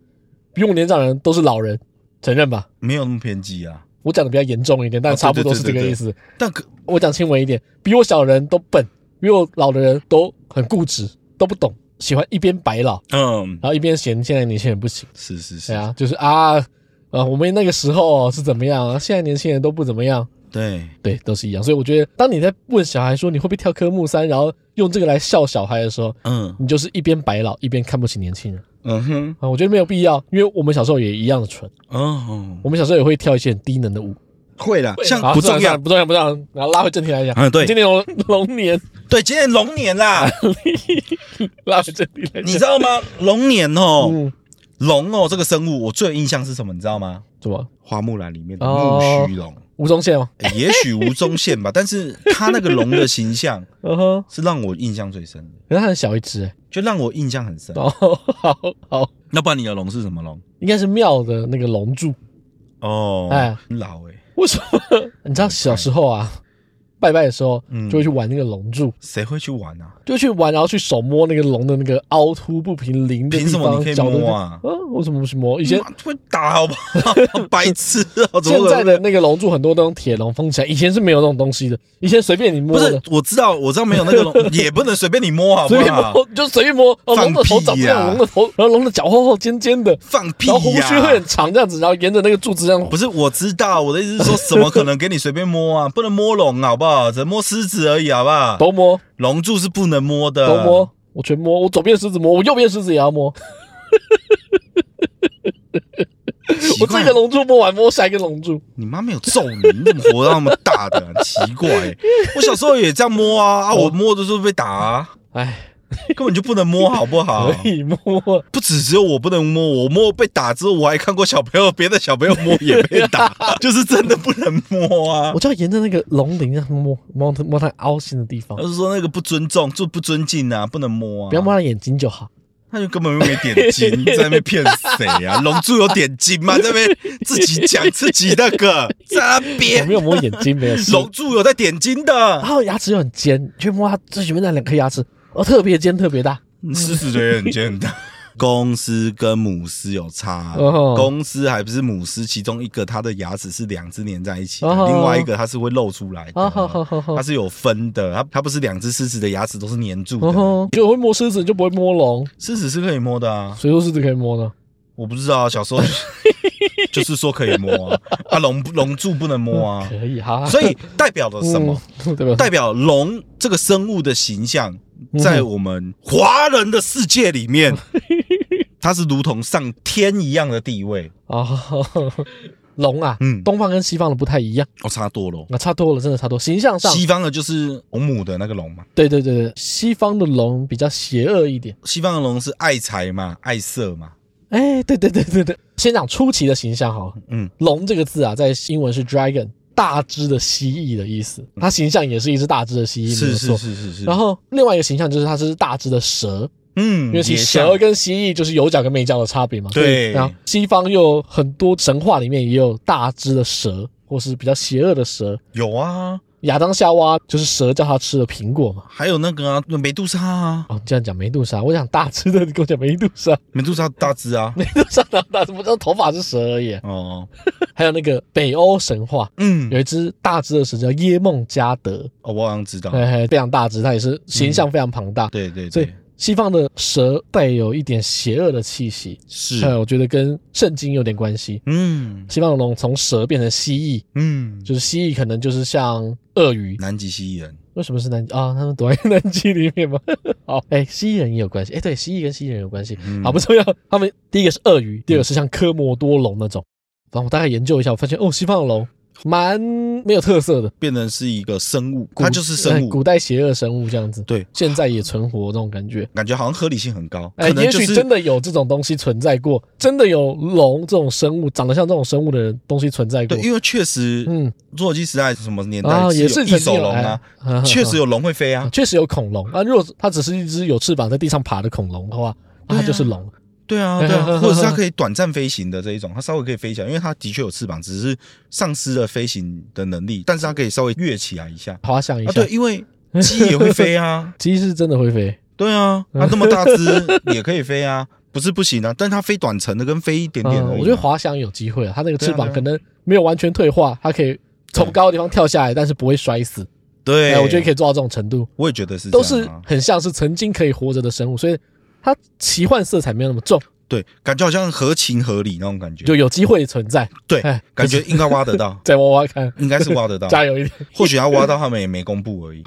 S1: 比我年长的人都是老人，承认吧？
S2: 没有那么偏激啊，
S1: 我讲的比较严重一点，但
S2: 哦
S1: 差不多是这
S2: 对对
S1: 个
S2: 对
S1: 意思。
S2: 但可
S1: 我讲轻微一点，比我小的人都笨，比我老的人都很固执，都不懂，喜欢一边白老，
S2: 嗯，
S1: 然后一边嫌现在年轻人不行。
S2: 是是
S1: 对
S2: 是，
S1: 啊，就是啊，呃，我们那个时候哦是怎么样啊？现在年轻人都不怎么样，
S2: 对，
S1: 对，都是一样。所以我觉得，当你在问小孩说你会不会跳科目三，然后用这个来笑小孩的时候，
S2: 嗯
S1: 你就是一边白老一边看不起年轻人
S2: 嗯哼，
S1: 啊。我觉得没有必要，因为我们小时候也一样的蠢，
S2: 哦，
S1: 我们小时候也会跳一些很低能的舞，
S2: 会啦，像
S1: 好
S2: 不重
S1: 算
S2: 要
S1: 了，啊不重要，不重要。然后拉回正题来讲，
S2: 嗯对
S1: 今年龙龙年，
S2: 对，今年龙年 啦，
S1: 拉回正题来讲，
S2: 你知道吗？龙年哦，
S1: 嗯，
S2: 龙哦，这个生物我最有印象是什么？你知道吗？
S1: 怎么
S2: 花木兰里面的
S1: 哦
S2: 木须龙，
S1: 吴宗宪吗？
S2: 欸也许吴宗 宪吧，但是他那个龙的形象
S1: 嗯哼，
S2: 是让我印象最深的，
S1: 可是他很小一只哎、
S2: 就让我印象很深。
S1: 哦，好好，
S2: 那不然你的龙是什么龙？
S1: 应该是庙的那个龙柱。
S2: 哦，
S1: 哎
S2: 很老哎、
S1: 为什么？ 你知道小时候啊，拜拜的时候
S2: 嗯
S1: 就会去玩那个龙柱，
S2: 谁会去玩啊？
S1: 就去玩，然后去手摸那个龙的那个凹凸不平、零的地
S2: 凭什
S1: 方，
S2: 么你可以
S1: 角度
S2: 摸啊？
S1: 嗯、为什么不去摸？以前
S2: 妈会打好不 好？白痴啊！怎
S1: 现
S2: 么
S1: 在
S2: 会
S1: 的那个龙柱很多都用铁笼封起来，以前是没有那种东西的，以前随便你摸
S2: 不
S1: 的
S2: 是，，我知道，我知道没有那个 龙，也不能随便你摸，好不
S1: 随便
S2: 好？
S1: 摸 就随便摸，哦，
S2: 放
S1: 龙的头
S2: 屁
S1: 长这
S2: 呀
S1: 样，龙的头，然后龙的脚厚厚尖尖的，
S2: 放屁
S1: 然后胡须会
S2: 呀
S1: 很！长这样子，然后沿着那个柱子这样
S2: 不是，我知道，我的意思是说，什么可能给你随便摸啊？不能摸龙，好不好？只能摸狮子而已，好不好？
S1: 都摸
S2: 龙柱是不能摸的，
S1: 都摸，我全摸，我左边狮子摸，我右边狮子也要摸，
S2: 奇
S1: 我
S2: 怪
S1: 这个龙珠摸完摸下一个龙珠，
S2: 你妈没有揍你，你怎么活到那么大的啊、奇怪、我小时候也这样摸啊
S1: 哦
S2: 啊，我摸的时候被打啊，
S1: 哎，
S2: 根本就不能摸，好不好？
S1: 可以摸，
S2: 不只只有我不能摸，我摸被打之后，我还看过小朋友别的小朋友摸也被 打，就是真的不能摸啊
S1: 我。就要沿着那个龙鳞让摸摸它摸它凹陷的地方
S2: 他，是说那个不尊重，就不尊敬啊，不能摸啊。
S1: 不要摸它眼睛就好。
S2: 他就根本又没点睛，在那边骗谁啊？龙珠有点睛吗？在那边自己讲自己那 个，在那
S1: 我
S2: 边
S1: 没有摸眼睛，没有 事。
S2: 龙珠有在点睛
S1: 然
S2: 的，
S1: 后牙齿又很尖，你去摸它最前面那两颗牙齿，哦，特别尖，特别大。
S2: 狮子嘴也很简 单。公狮跟母狮有差，
S1: 哦
S2: 公狮还不是母狮，其中一个它的牙齿是两只粘在一起的，
S1: 哦
S2: 另外一个它是会露出来的，
S1: 哦好好好好
S2: 它是有分的，它它不是两只狮子的牙齿都是粘住
S1: 哦
S2: 的，
S1: 吼，就会摸狮子，你就不会摸龙，
S2: 狮子是可以摸的啊。
S1: 谁说狮子可以摸呢？
S2: 我不知道啊，小时候 就是说可以摸啊，啊龙龙柱不能摸啊，
S1: 可以 哈，
S2: 所以代表了什么？
S1: 嗯？ 对吧？
S2: 代表龙这个生物的形象，在我们华人的世界 里面，它是如同上天一样的地位，
S1: 啊， 呵呵呵龙啊，
S2: 嗯
S1: 东方跟西方的不太一样，
S2: 哦，差多了哦。
S1: 啊，差多了，真的差多。形象上，
S2: 西方的就是红母的那个龙嘛，
S1: 对对对对，西方的龙比较邪恶一点。
S2: 西方的龙是爱财嘛，爱色嘛，
S1: 哎，对对对对对，先讲初期的形象好了。
S2: 嗯，
S1: 龙这个字啊，在英文是 dragon，大只的蜥蜴的意思。它形象也是一只大只的蜥蜴，没
S2: 嗯是
S1: 有
S2: 是
S1: 错。
S2: 是是是。
S1: 然，后另外一个形象就是它是大只的蛇，
S2: 嗯，
S1: 因为其
S2: 也
S1: 实
S2: 像
S1: 蛇跟蜥蜴就是有角跟没角的差别嘛。
S2: 对
S1: 所以然后西方又很多神话里面也有大只的蛇，或是比较邪恶的蛇。
S2: 有啊，
S1: 亚当夏娃就是蛇叫他吃的苹果嘛。
S2: 还有那个啊，美杜莎啊，
S1: 哦，你这样讲梅杜莎，我想大只的，你跟我讲梅杜莎，
S2: 美杜莎大只啊，
S1: 梅杜莎哪有大只？我知道头发是蛇而已啊。
S2: 哦，
S1: 还有那个北欧神话，
S2: 嗯，
S1: 有一只大只的蛇叫耶梦加德，
S2: 哦，嗯我好像知道，
S1: 嘿嘿，非常大只，它也是形象非常庞大。
S2: 对对
S1: 所以
S2: 对，
S1: 西方的蛇带有一点邪恶的气息，
S2: 是，
S1: 呃，我觉得跟圣经有点关系。
S2: 嗯
S1: 西方的龙从蛇变成蜥蜴，
S2: 嗯，
S1: 就是蜥蜴可能就是像鳄鱼，
S2: 南极蜥蜴人，
S1: 为什么是南极啊？他们躲在南极里面吗？ 好，哎、蜥蜴人也有关系，哎、对，蜥蜴跟蜥蜴人有关系，
S2: 嗯
S1: 好不重要。他们第一个是鳄鱼，第二个是像科摩多龙那种。然后我大概研究一下，我发现哦，西方的龙蛮没有特色的，
S2: 变成是一个生物，
S1: 古
S2: 它就是生
S1: 哎古
S2: 物，
S1: 代邪恶生物这样子，
S2: 对，
S1: 现在也存活这种感觉。
S2: 感觉好像合理性很高，
S1: 哎、
S2: 可能
S1: 也
S2: 就
S1: 许
S2: 是
S1: 真的有这种东西存在过，真的有龙这种生物，长得像这种生物的人东西存在过
S2: 对，。因为确实，
S1: 嗯，
S2: 侏罗纪时代什么年代
S1: 啊，也
S2: 有
S1: 是曾
S2: 异
S1: 经
S2: 手
S1: 有
S2: 龙啊，，
S1: 哎 嗯
S2: 确实有龙会飞啊，
S1: 确实有恐龙啊。如果它只是一只有翅膀在地上爬的恐龙的话，那
S2: 对
S1: 它
S2: 啊
S1: 就是龙。
S2: 对啊
S1: 哎
S2: 对
S1: 呵呵呵
S2: 啊，或者是它可以短暂飞行的这一种，它稍微可以飞起来，因为它的确有翅膀，只是丧失了飞行的能力，但是它可以稍微跃起来一下
S1: 滑翔一
S2: 啊，
S1: 下
S2: 对，，因为鸡也会飞 啊，
S1: 鸡是真的会飞。
S2: 对啊，它那么大只也可以飞啊，不是不行啊，但它飞短程的跟飞一点点而
S1: 嗯，
S2: 已啊、
S1: 我觉得滑翔有机会啊，它那个翅膀
S2: 对啊对啊
S1: 可能没有完全退化，它可以从高的地方跳下来，但是不会摔死。
S2: 对、
S1: 哎，我觉得可
S2: 以，
S1: 以做到这种程度，
S2: 我也觉得是这
S1: 都
S2: 样
S1: 是
S2: 啊
S1: 很像是曾经可以活着的生物，所以它奇幻色彩没有那么重，
S2: 对，感觉好像合情合理那种感觉，
S1: 就有机会存在。
S2: 对
S1: 哎，，
S2: 感觉应该挖得到
S1: 再挖挖看，
S2: 应该是挖得到，
S1: 加油一点。
S2: 或许他挖到他们也没公布 而已，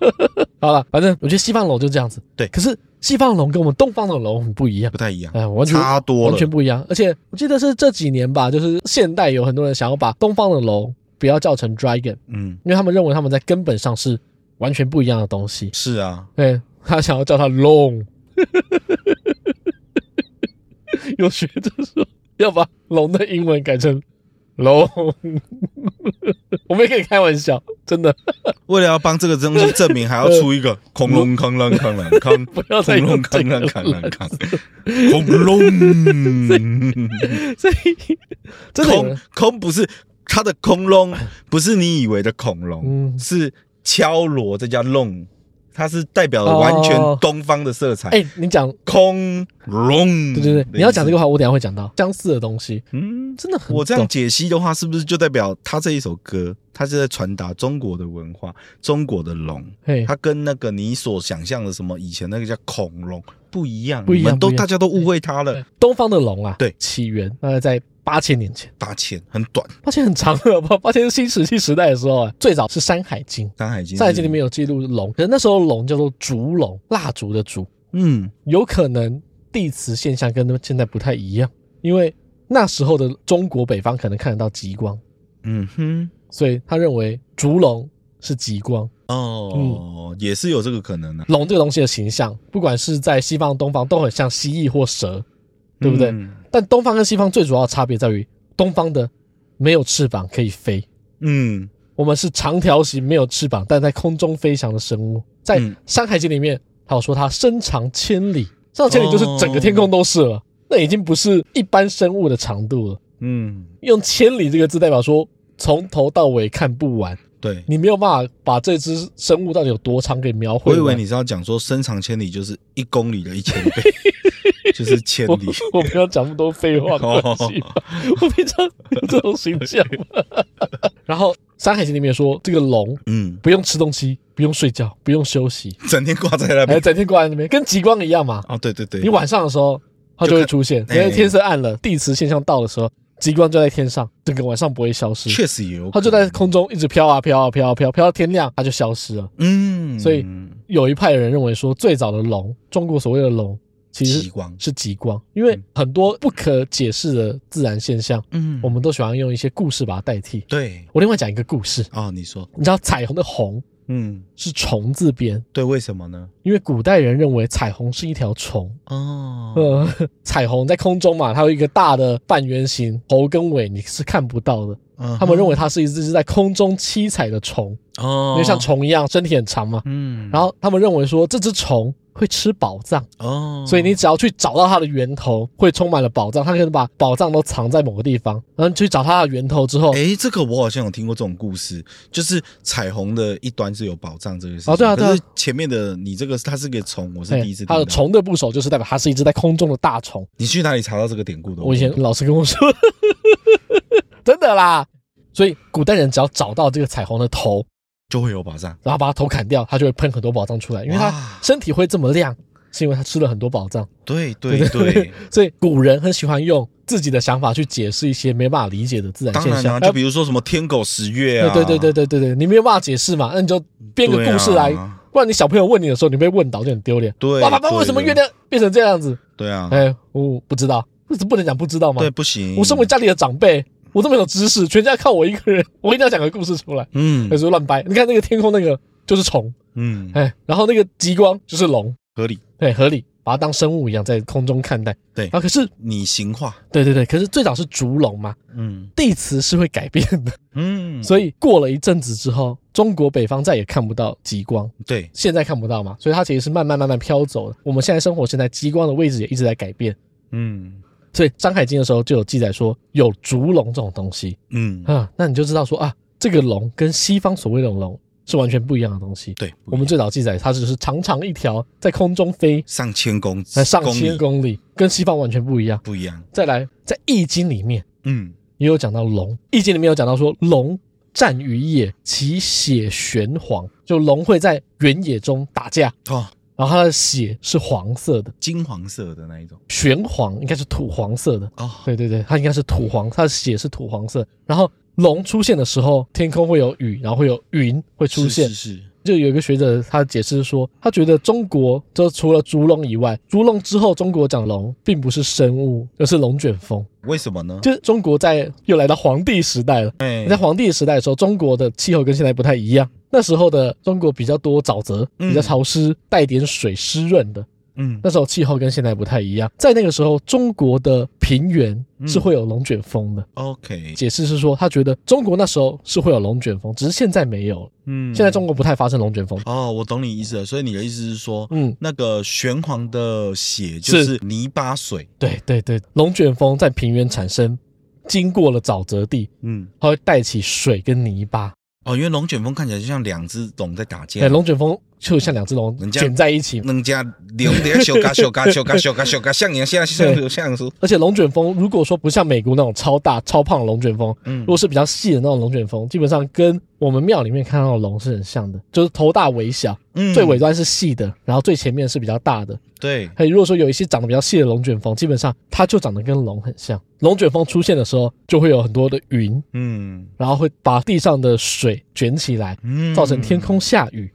S1: 好了，反正我觉得西方龙就这样子。
S2: 对
S1: 可是西方龙跟我们东方的龙很不一样
S2: 不。太一样，
S1: 哎，完全
S2: 差多
S1: 完
S2: 了
S1: 全，不一样。而且我记得是这几年吧，就是现代有很多人想要把东方的龙不要叫成 dragon，
S2: 嗯，
S1: 因为他们认为他们在根本上是完全不一样的东西。
S2: 是啊，
S1: 对哎他想要叫它 long，有学者说要把龙的英文改成龙， 我们也可以开玩笑，真的
S2: 为了要帮这个东西证明，还要出一 个恐龙坑啷坑啷坑，
S1: 不要再
S2: 恐龙
S1: 用这
S2: 坑
S1: 个
S2: 啷坑
S1: 了
S2: 啷。坑，恐龙，
S1: 所以真的有
S2: 空
S1: 人
S2: 空不是它的空龙，不是你以为的恐龙，
S1: 嗯
S2: 是敲锣再加弄，它是代表了完全
S1: 哦
S2: 东方的色彩，
S1: 哎、你讲
S2: 嗯空龙，
S1: 对对对，你要讲这个，话，我等一下会讲到相似的东西，
S2: 嗯。
S1: 真的很
S2: 我这样
S1: 懂
S2: 解析的话，是不是就代表他这一首歌，他是在传达中国的文化、中国的龙，
S1: 嘿
S2: 它跟那个你所想象的什么以前那个叫恐龙不一样，
S1: 不一样
S2: 你们都
S1: 不一样
S2: 大家都误会它了。
S1: 东方的龙啊，
S2: 对
S1: 起源大概在八千年前，
S2: 八千很短，《
S1: 八千很长了，八八千是新石器时代的时候啊，最早是《山海经》，《
S2: 山海经》
S1: 山海经》里面，有记录龙，可是那时候龙叫做烛龙，蜡烛的烛，
S2: 嗯，
S1: 有可能地磁现象跟现在不太一样，因为那时候的中国北方可能看得到极光，
S2: 嗯哼，
S1: 所以他认为烛龙是极光。嗯
S2: 哦，也是有这个可能啊的、
S1: 龙这个东西的形象，不管是在西方、东方，都很像蜥蜴或蛇，对不对？
S2: 嗯
S1: 但东方跟西方最主要的差别在于，东方的没有翅膀可以飞，
S2: 嗯，
S1: 我们是长条形没有翅膀，但在空中飞翔的生物。在
S2: 嗯
S1: 《山海经》里面，他有说它身长千里，身长
S2: 哦
S1: 千里就是整个天空都是了，那已经不是一般生物的长度了。
S2: 嗯，
S1: 用“千里”这个字代表说，从头到尾看不完，
S2: 对。
S1: 你没有办法把这只生物到底有多长给描绘
S2: 我
S1: 完。
S2: 以为你是要讲说身长千里就是一公里的一千 倍，就是千
S1: 我
S2: 里。
S1: 我没有讲那么多废 话，没关系
S2: 哦
S1: 吧我平常有这种形象 吗。然后《山海经》里面说，这个龙
S2: 嗯，
S1: 不用吃东西，不用睡觉，不用休息，
S2: 整天挂在那
S1: 哎，
S2: 边。
S1: 整天挂在那边，跟极光一样嘛。
S2: 哦，对对对
S1: 你，晚上的时候，它就会出现，
S2: 就
S1: 因
S2: 看哎
S1: 为天色暗了，地磁现象到的时候，极光就在天上，整个晚上不会消失。
S2: 确实也有。
S1: 它就在，空中一直飘啊飘啊飘啊飘，飘到天亮它就消失了。
S2: 嗯，
S1: 所以有一派人认为说，最早的龙，中国所谓的龙，其实
S2: 极光
S1: 是极光，因为很多不可解释的自然现象，
S2: 嗯，
S1: 我们都喜欢用一些故事把它代替。
S2: 对
S1: 我另外讲一个故事，
S2: 哦，你说，
S1: 你知道彩虹的虹
S2: 嗯，
S1: 是虫字边，
S2: 对，为什么呢？
S1: 因为古代人认为彩虹是一条虫。
S2: 哦，
S1: 呃，彩虹在空中嘛，它有一个大的半圆形，头跟尾你是看不到的。
S2: 嗯
S1: 呃他们认为它是一只在空中七彩的虫，
S2: 哼哦
S1: 因为像，虫一样身体很长嘛。
S2: 嗯，
S1: 然后他们认为说这只虫会吃宝藏，
S2: 哦，
S1: 所以你只要去找到它的源头，会充满了宝藏。它可能把宝藏都藏在某个地方，然后你去找它的源头之后，
S2: 哎，这个我好像有听过这种故事，就是彩虹的一端是有宝藏这个事情。
S1: 哦对啊对啊
S2: 可是前面的你这个它是个虫，我是
S1: 哎
S2: 第一次听
S1: 它
S2: 到
S1: 的。虫的部首就是代表它是一只在空中的大虫。
S2: 你去哪里查到这个典故的？
S1: 我以前老师跟我 说，真的啦。所以古代人只要找到这个彩虹的头，
S2: 就会有宝藏。
S1: 然后把它头砍掉，它就会喷很多宝藏出来，因为它
S2: 哇
S1: 身体会这么亮，是因为它吃了很多宝藏。
S2: 对对 对，
S1: 所以古人很喜欢用自己的想法去解释一些没办法理解的自然
S2: 当
S1: 现
S2: 然
S1: 象。
S2: 啦，就比如说什么天狗十月
S1: 哎
S2: 啊，
S1: 对对对对对对，你没有办法解释嘛，那你就编个故事来
S2: 对啊，
S1: 不然你小朋友问你的时候，你被问倒就很丢脸。
S2: 对
S1: 哇，爸爸
S2: 对
S1: 为什么
S2: 对
S1: 月亮变成这样子？
S2: 对啊，
S1: 哎，我不知道，不是不能讲不知道吗
S2: 对？不行，
S1: 我身为家里的长辈，我这么有知识，全家靠我一个人，我一定要讲个故事出来。
S2: 嗯
S1: 那时候乱掰，你看那个天空那个就是虫，
S2: 嗯
S1: 哎，然后那个极光就是龙，
S2: 合理，
S1: 对，合理，把它当生物一样在空中看待。
S2: 对
S1: 啊，可是
S2: 拟形化，
S1: 对对对，可是最早是烛龙嘛，
S2: 嗯
S1: 地磁是会改变的，
S2: 嗯，
S1: 所以过了一阵子之后，中国北方再也看不到极光，
S2: 对，
S1: 现在看不到嘛，所以它其实是慢慢慢慢飘走的。我们现在生活现在极光的位置也一直在改变，
S2: 嗯
S1: 所以《山海经》的时候就有记载说有烛龙这种东西
S2: 嗯，
S1: 啊，那你就知道说啊，这个龙跟西方所谓的龙是完全不一样的东西。
S2: 对，
S1: 我们最早记载它只是长长一条在空中飞，
S2: 上千公
S1: 呃，上
S2: 公
S1: 千
S2: 里
S1: 公里，跟西方完全不一样。
S2: 不一样，
S1: 再来，在《易经》里面
S2: 嗯
S1: 也有讲到龙，《易经》里面有讲到说龙战于野，其血玄黄，就龙会在原野中打架，
S2: 哦，
S1: 然后它的血是黄色的，
S2: 金黄色的那一种
S1: 玄黄应该是土黄色的，
S2: 哦，
S1: 对对对，它应该是土黄，它的血是土黄色。然后龙出现的时候，天空会有雨，然后会有云会出现，
S2: 是是是
S1: 就有一个学者，他解释说，他觉得中国就除了烛龙以外，烛龙之后，中国讲龙并不是生物，而是龙卷风。
S2: 为什么呢？
S1: 就是中国在又来到黄帝时代了。
S2: 哎
S1: 在黄帝时代的时候，中国的气候跟现在不太一样。那时候的中国比较多沼泽，
S2: 嗯
S1: 比较潮湿，带点水湿润的。
S2: 嗯
S1: 那时候气候跟现在不太一样。在那个时候，中国的平原是会有龙卷风
S2: 嗯
S1: 的。
S2: ，OK，
S1: 解释是说，他觉得中国那时候是会有龙卷风，只是现在没有了。
S2: 嗯
S1: 现在中国不太发生龙卷风。
S2: 哦，我懂你意思了，所以你的意思是说，
S1: 嗯，
S2: 那个玄黄的血就是泥巴水，
S1: 对对对，龙卷风在平原产生，经过了沼泽地，
S2: 嗯，
S1: 它会带起水跟泥巴。
S2: 哦，因为龙卷风看起来就像两只龙在打架
S1: 对，，龙卷风就像两只龙
S2: 啊人家
S1: 卷在一起，
S2: 人家龙在小嘎小嘎小嘎小嘎小嘎，像你像像像说，
S1: 而且龙卷风如果说不像美国那种超大超胖的龙卷风，
S2: 嗯
S1: 如果是比较细的那种龙卷风，基本上跟我们庙里面看到的龙是很像的，就是头大尾小，
S2: 嗯
S1: 最尾端是细的，然后最前面是比较大的。
S2: 对，
S1: 嘿，如果说有一些长得比较细的龙卷风，基本上它就长得跟龙很像。龙卷风出现的时候，就会有很多的云，
S2: 嗯
S1: 然后会把地上的水卷起来，
S2: 嗯
S1: 造成天，空下雨。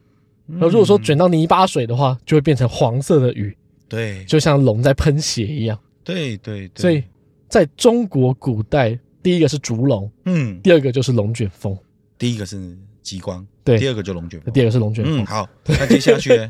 S2: 然
S1: 然后如果说卷到泥巴水的话，就会变成黄色的雨，
S2: 对
S1: 就像龙在喷血一样。
S2: 对对，对
S1: 所以在中国古代，第一个是烛龙，
S2: 嗯，
S1: 第二个就是龙卷风，
S2: 第一个是极光，
S1: 对
S2: 第二个就龙卷风，
S1: 第二个是龙卷风。
S2: 嗯，好，那接下去呢，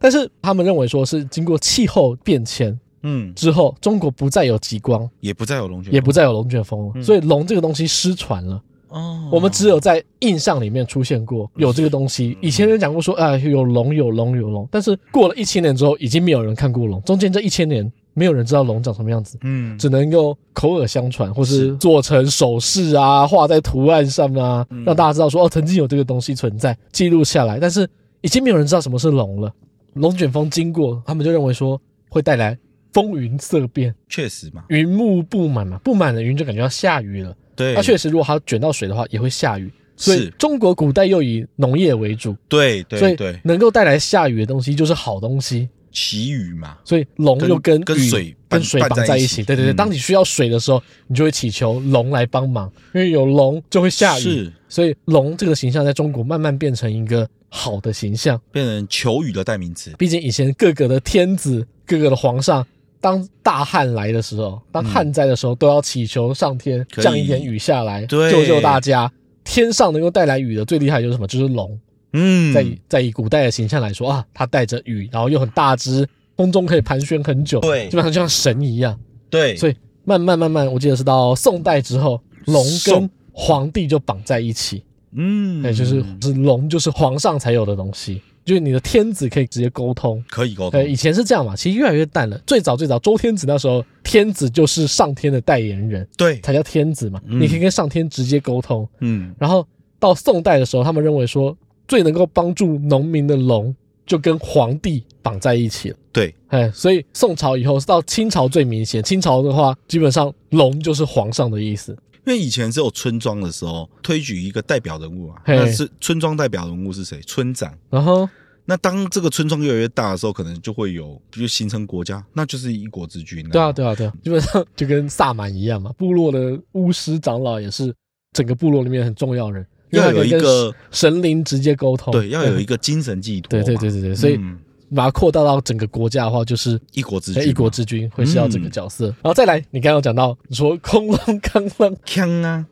S1: 但是他们认为说是经过气候变迁
S2: 嗯，
S1: 之后，中国不再有极光，
S2: 也不再有龙卷风，
S1: 也不再有龙卷风了，
S2: 嗯
S1: 所以龙这个东西失传了。
S2: 哦，
S1: 我们只有在印象里面出现过
S2: 嗯
S1: 有这个东西。以前人讲过说啊、有龙有龙有龙，但是过了一千年之后，已经没有人看过龙。中间这一千年，没有人知道龙长什么样子，
S2: 嗯，
S1: 只能够口耳相传，或是
S2: 是
S1: 做成首饰啊，画在图案上啊，
S2: 嗯
S1: 让大家知道说哦，曾经有这个东西存在，记录下来。但是已经没有人知道什么是龙了。龙卷风经过，他们就认为说会带来风云色变，
S2: 确实嘛，
S1: 云幕布满嘛，布满了云就感觉要下雨了。
S2: 对，
S1: 它确实，如果它卷到水的话，也会下雨。所以
S2: 是
S1: 中国古代又以农业为主，
S2: 对
S1: 所
S2: 对
S1: 以
S2: 对，
S1: 能够带来下雨的东西就是好东西。
S2: 祈雨嘛，
S1: 所以龙
S2: 跟
S1: 又跟
S2: 跟
S1: 雨
S2: 水
S1: 跟
S2: 拌
S1: 水
S2: 拌
S1: 绑
S2: 在
S1: 在
S2: 一
S1: 一
S2: 起
S1: 起。对对对，
S2: 嗯
S1: 当你需要水的时候，你就会祈求龙来帮忙，因为有龙就会下雨。
S2: 是
S1: 所以龙这个形象在中国慢慢变成一个好的形象。
S2: 变成求雨的代名词，
S1: 毕竟以前各个的天子、各个的皇上，当大旱来的时候，当旱灾的时候，都要祈求上天
S2: 可以
S1: 降一点雨下来，
S2: 对
S1: 救救大家。天上能够带来雨的最厉害就是什么？就是龙。
S2: 嗯，
S1: 在以在以古代的形象来说啊，它带着雨，然后又很大只，空中可以盘旋很久，
S2: 对
S1: 基本上就像神一样。
S2: 对，
S1: 所以慢慢慢慢，我记得是到宋代之后，龙跟
S2: 宋
S1: 皇帝就绑在一起。
S2: 嗯，
S1: 对，就是是龙，就是皇上才有的东西，就是你的天子可以直接沟通。哎
S2: 可以沟通
S1: 对，，以前是这样嘛，其实越来越淡了。最早最早，周天子那时候，天子就是上天的代言人，
S2: 对，
S1: 才叫天子嘛，
S2: 嗯
S1: 你可以跟上天直接沟通。
S2: 嗯，
S1: 然后到宋代的时候，他们认为说，最能够帮助农民的龙，就跟皇帝绑在一起了。
S2: 对，
S1: 哎，所以宋朝以后到清朝最明显。清朝的话，基本上龙就是皇上的意思。
S2: 因为以前只有村庄的时候推举一个代表人物啊，
S1: 嘿
S2: 那是村庄代表人物是谁？村长。
S1: 然后
S2: 那当这个村庄越来越大的时候，可能就会有就形成国家，那就是一国之君、
S1: 对啊，，对啊，对啊，基本上就跟萨满一样嘛，部落的巫师长老也是整个部落里面很重要人，因为
S2: 要
S1: 他可
S2: 有
S1: 以
S2: 一
S1: 跟
S2: 个
S1: 神灵直接沟通，
S2: 对，要有一
S1: 个，
S2: 个精神寄托
S1: 对
S2: 嘛。
S1: 对对对对，所以
S2: 嗯
S1: 把它扩大到整个国家的话，就是
S2: 一国之
S1: 在哎
S2: 君啊嘛，嗯
S1: 一国之君会是要这个角色，然后再来，你刚刚有讲到你说空浪康浪，
S2: 腔啊，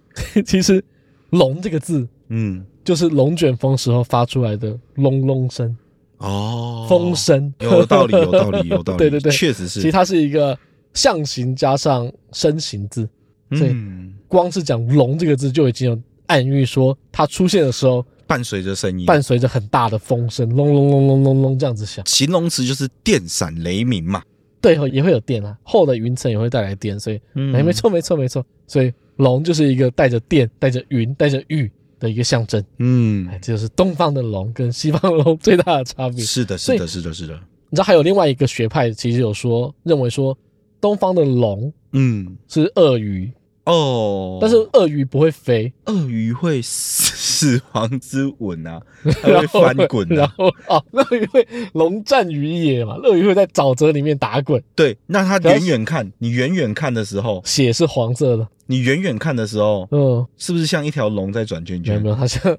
S1: 其实“龙”这个字
S2: 嗯，
S1: 就是龙卷风时候发出来的隆隆声、
S2: 哦，
S1: 风声，
S2: 有道理，有道理，有道 理，
S1: 对对对
S2: 确实是。
S1: 其实它是一个象形加上声形字，所以
S2: 嗯，
S1: 光是讲“龙”这个字就已经有暗喻说它出现的时候
S2: 伴随着声音，
S1: 伴随着很大的风声，隆隆隆隆隆隆这样子响。
S2: 形容词就是电闪雷鸣嘛。
S1: 对，也会有电啊，厚的云层也会带来电，所以
S2: 嗯
S1: 哎，没，错，没错，没错。所以龙就是一个带着电、带着云、带着雨的一个象征。
S2: 嗯
S1: 哎，，这就是东方的龙跟西方的龙最大的差别。
S2: 是的，
S1: 所
S2: 是
S1: 以
S2: 的，是的，是的，
S1: 你知道还有另外一个学派，其实有说认为说东方的龙
S2: 嗯，
S1: 是鳄鱼，
S2: 哦，
S1: 但是鳄鱼不会飞，
S2: 鳄鱼会死死亡之 吻啊，它会翻滚
S1: 然
S2: 啊。
S1: 后哦，鳄鱼会龙战于野嘛，鳄鱼会在沼泽里面打滚，
S2: 对，那它远远看，你远远看的时候，
S1: 血是黄色的。
S2: 你远远看的时候，
S1: 嗯，
S2: 是不是像一条龙在转圈
S1: 没有
S2: 圈
S1: 没？有，好像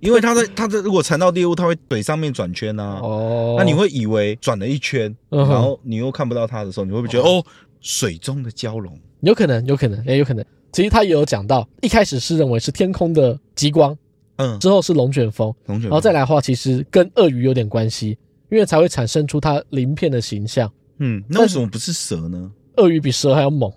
S2: 因为它在它在如果缠到猎物，它会腿上面转圈啊。
S1: 哦，
S2: 那你会以为转了一圈，
S1: 嗯哼
S2: 然后你又看不到它的时候，你会不会觉得哦，水中的蛟龙？
S1: 有可能，有可能，也哎有可能。其实他也有讲到，一开始是认为是天空的极光，
S2: 嗯，
S1: 之后是龙卷风，
S2: 龙
S1: 然
S2: 卷风
S1: 后哦再来的话，其实跟鳄鱼有点关系，因为才会产生出它鳞片的形象。
S2: 嗯，那为什么不是蛇 呢？
S1: 鳄鱼比蛇还要猛，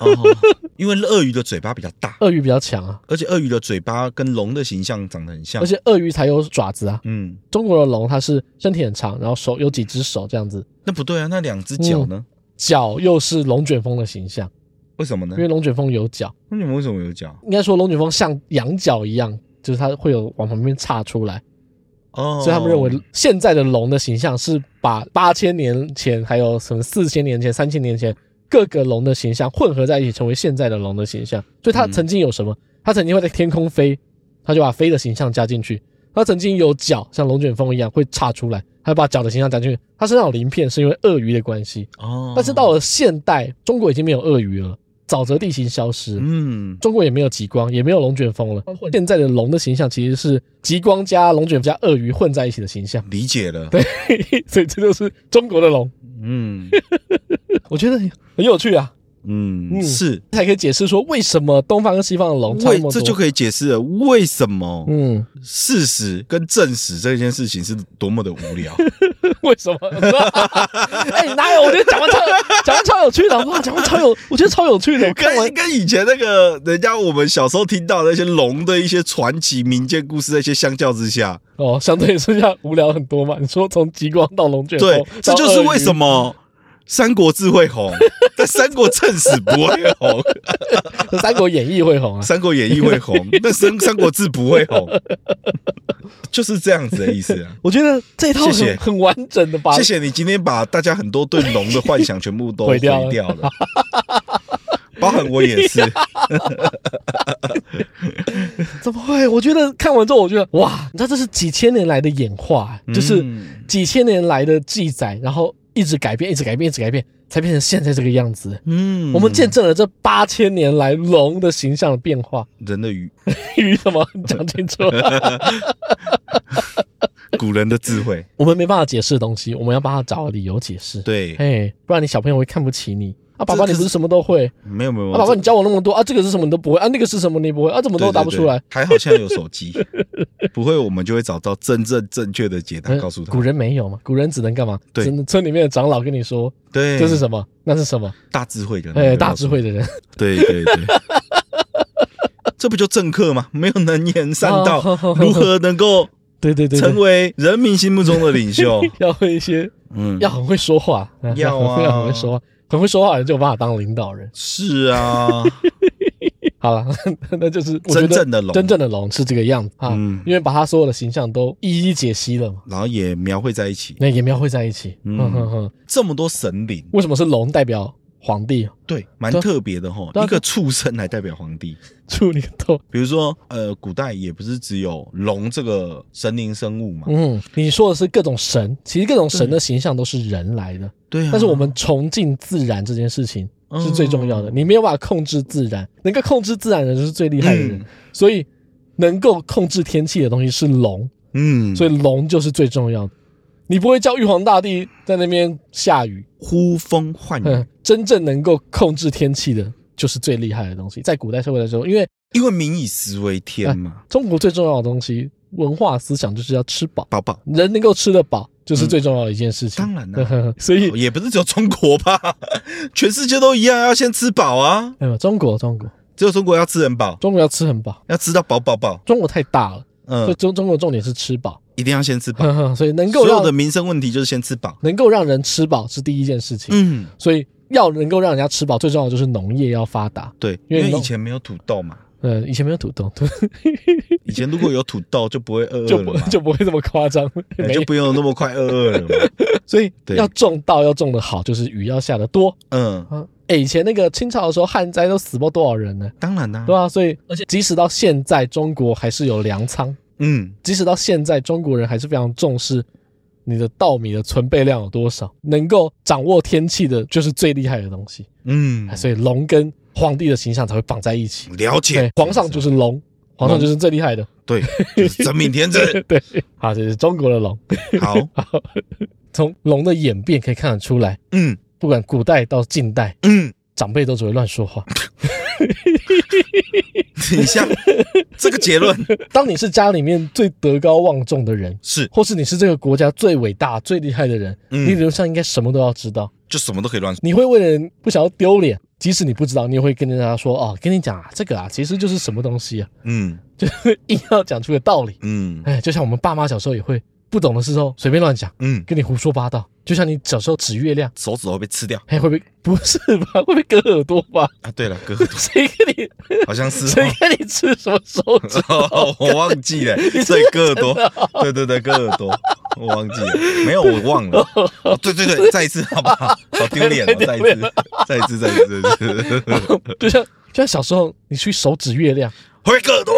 S2: 哦，因为鳄鱼的嘴巴比较大，
S1: 鳄鱼比较强啊，
S2: 而且鳄鱼的嘴巴跟龙的形象长得很像
S1: 而。且鳄鱼才有爪子啊。
S2: 嗯，
S1: 中国的龙它是身体很长，然后手有几只手这样子，
S2: 那不对啊，那两只
S1: 嗯
S2: 脚呢？
S1: 脚又是龙卷风的形象，
S2: 为什么呢
S1: 因？为龙卷风有脚，
S2: 为什么为什么有脚？
S1: 应该说龙卷风像羊角一样，就是它会有往旁边岔出来。
S2: 哦，
S1: 所以他们认为现在的龙的形象是把八千年前、还有什么四千年前、三千年前各个龙的形象混合在一起，成为现在的龙的形象。所以它
S2: 嗯
S1: 曾经有什么？它曾经会在天空飞，它就把飞的形象加进去；它曾经有脚，像龙卷风一样会岔出来，它把脚的形象加进去。它身上有鳞片是因为鳄鱼的关系，
S2: 哦，
S1: 但是到了现代，中国已经没有鳄鱼了，沼泽地形消失。
S2: 嗯
S1: 中国也没有极光，也没有龙卷风了。现在的龙的形象其实是极光加龙卷加鳄鱼混在一起的形象，
S2: 理解了，
S1: 对，所以这就是中国的龙。
S2: 嗯，
S1: 我觉得很有趣啊，
S2: 嗯，
S1: 嗯
S2: 是，
S1: 才可以解释说为什么东方跟西方的龙差那
S2: 为
S1: 么多。
S2: 这就可以解释了为什么
S1: 嗯，
S2: 事实跟证实这件事情是多么的无 聊。
S1: 为什么？ 哎、哪有？我觉得讲完超讲完超有趣的，好不好？讲完超有，我觉得超有趣的。我看完
S2: 跟跟以前那个人家我们小时候听到的那些龙的一些传奇民间故事那些相较之下，
S1: 哦，相对剩下无聊很多嘛。你说从极光哦到龙卷风，
S2: 对，这就是为什
S1: 么
S2: 么三国志 会红，但三国正史不会红，
S1: 《三国演义》会红啊。
S2: 三国演义会 红，但三三国志不会红，就是这样子的意思啊。
S1: 我觉得这一套很
S2: 谢谢
S1: 很完整的把
S2: 谢谢你今天把大家很多对龙的幻想全部 都
S1: 毁
S2: 毁
S1: 掉了
S2: 掉了，包含我也是。
S1: 怎么会？我觉得看完之后，我觉得哇，你知道这是几千年来的演化， 就是
S2: 嗯
S1: 几千年来的记载，然后一直改变，一直改变，一直改变，才变成现在这个样子。
S2: 嗯
S1: 我们见证了这八千年来龙的形象的变化。
S2: 人的语，
S1: 鱼什么？你讲清 楚。
S2: 古人的智慧，
S1: 我们没办法解释的东西，我们要帮他找理由解释。，
S2: 对，
S1: 哎，不然你小朋友会看不起你。啊，爸
S2: 这
S1: 爸，你不
S2: 可
S1: 是
S2: 是
S1: 什么都会？
S2: 没有没有，
S1: 啊，爸爸，
S2: 这
S1: 你教我那么多啊，这个是什么你都不会啊，那个是什么你不会啊，怎么
S2: 对
S1: 都
S2: 对
S1: 答不
S2: 对
S1: 出来。
S2: 还好现在有手机，不会我们就会找到真正正确的解答，
S1: 嗯
S2: 告诉他
S1: 古。人没有嘛？古人只能干嘛？
S2: 对
S1: 只能村里面的长老跟你说
S2: 对，
S1: 这是什么，那是什么。
S2: 大智慧的，
S1: 哎，大智慧的人，
S2: 对对对，这不就政客吗？没有能言善道
S1: 哦 好，
S2: 如何能够
S1: 对对对，
S2: 成
S1: 对
S2: 为人民心目中的领袖？
S1: 要会一些，
S2: 嗯，
S1: 要很会说话，嗯
S2: 要啊
S1: 要很会说话，很会说话的人就有办法当领导 人。
S2: 是 啊，
S1: 好了， 那就是我觉得
S2: 真正的龙
S1: 真正的龙是这个样子啊，
S2: 嗯
S1: 因为把他所有的形象都一一解析了嘛，
S2: 然后也描绘在一起，
S1: 那也描绘在一起。
S2: 嗯
S1: 哼哼哼，
S2: 这么多神灵，
S1: 为什么是龙代表皇帝？
S2: 对，蛮
S1: 对啊
S2: 特别的哈
S1: 对啊，
S2: 一个畜生来代表皇帝。
S1: 处女座。
S2: 比如说，呃，古代也不是只有龙这个神灵生物嘛，
S1: 嗯，你说的是各种神，其实各种神的形象都是人来的，
S2: 对啊。
S1: 但是我们崇敬自然这件事情是最重要的。
S2: 嗯
S1: 你没有办法控制自然，能够控制自然的人是最厉害的人，
S2: 嗯
S1: 所以能够控制天气的东西是龙，
S2: 嗯，
S1: 所以龙就是最重要的。你不会叫玉皇大帝在那边下雨，
S2: 呼风唤雨，
S1: 嗯，真正能够控制天气的，就是最厉害的东西。在古代社会的时候，因为
S2: 因为民以食为天嘛，
S1: 中国最重要的东西，文化思想就是要吃饱，
S2: 宝宝。
S1: 人能够吃得饱，就是最重要的一件事情。
S2: 嗯 当然啦、
S1: 所以，
S2: 也不是只有中 国吧，全世界都一样，要先吃饱啊。
S1: 没有哎中国，中国，
S2: 只有中国要吃很饱，
S1: 中国要吃很饱，
S2: 要吃到饱饱饱。
S1: 中国太大了，所以
S2: 嗯，
S1: 中中国重点是吃饱，
S2: 一定要先吃 饱。
S1: 所以能够
S2: 所有的
S1: 让
S2: 民生问题就是先吃饱。
S1: 能够让人吃饱是第一件事情。
S2: 嗯，
S1: 所以要能够让人家吃饱，最重要的就是农业要发达。
S2: 对，
S1: 因
S2: 因
S1: 为
S2: 为
S1: 你
S2: 以前没有土豆嘛，
S1: 呃，以前没有土豆，
S2: 以前如果有土豆就不会 饿
S1: 就
S2: 饿了
S1: 不
S2: 嘛，
S1: 就不会这么夸张，
S2: 哎
S1: 没有
S2: 就不用那么快饿饿 了嘛。
S1: 所以
S2: 对
S1: 要种稻要种的好，就是雨要下的多。
S2: 嗯，
S1: 啊，哎、以前那个清朝的时候，旱灾都死不多少人呢，
S2: 当然啦、
S1: 对啊，所以而且即使到现在，中国还是有粮仓，
S2: 嗯，
S1: 即使到现在，中国人还是非常重视你的稻米的存备量有多少，能够掌握天气的，就是最厉害的东西。
S2: 嗯，
S1: 所以龙跟皇帝的形象才会绑在一起。
S2: 了
S1: 对
S2: 解，，
S1: 皇上就是龙，皇上就是最厉害的。
S2: 对，就是真命 天子。
S1: 对，好，这是中国的龙。
S2: 好，
S1: 从龙的演变可以看得出来，
S2: 嗯
S1: 不管古代到近代，
S2: 嗯，
S1: 长辈都只会乱说话。
S2: 你像这个结论
S1: 当你是家里面最德高望重的人，
S2: 是，
S1: 或是你是这个国家最伟大、最厉害的人，
S2: 嗯
S1: 你理论上应该什么都要知道。
S2: 就什么都可以乱说。
S1: 你会为了人不想要丢脸，即使你不知道，你也会跟人家说：“哦，跟你讲啊，这个啊，其实就是什么东西啊，
S2: 嗯
S1: 就是硬要讲出个道理。”
S2: 嗯
S1: 哎，就像我们爸妈小时候也会不懂的时候随便乱讲，
S2: 嗯，
S1: 跟你胡说八道。就像你小时候指月亮，
S2: 手指头被吃掉
S1: 哎，会不会不是吧？ 会不会割耳朵吧？
S2: 啊。对了，隔 很多
S1: 谁跟你
S2: 好像是
S1: 谁跟你吃什么手指？
S2: 哦，我忘记 了，所以割耳朵，
S1: 哦
S2: 对对对，割耳朵，我忘记了，没有，我 忘了，哦对对对，再一次好不好？好丢脸哦，再一次，再一次，再一次，再一次，
S1: 就像就像小时候你去手指月亮，
S2: 会割 耳朵，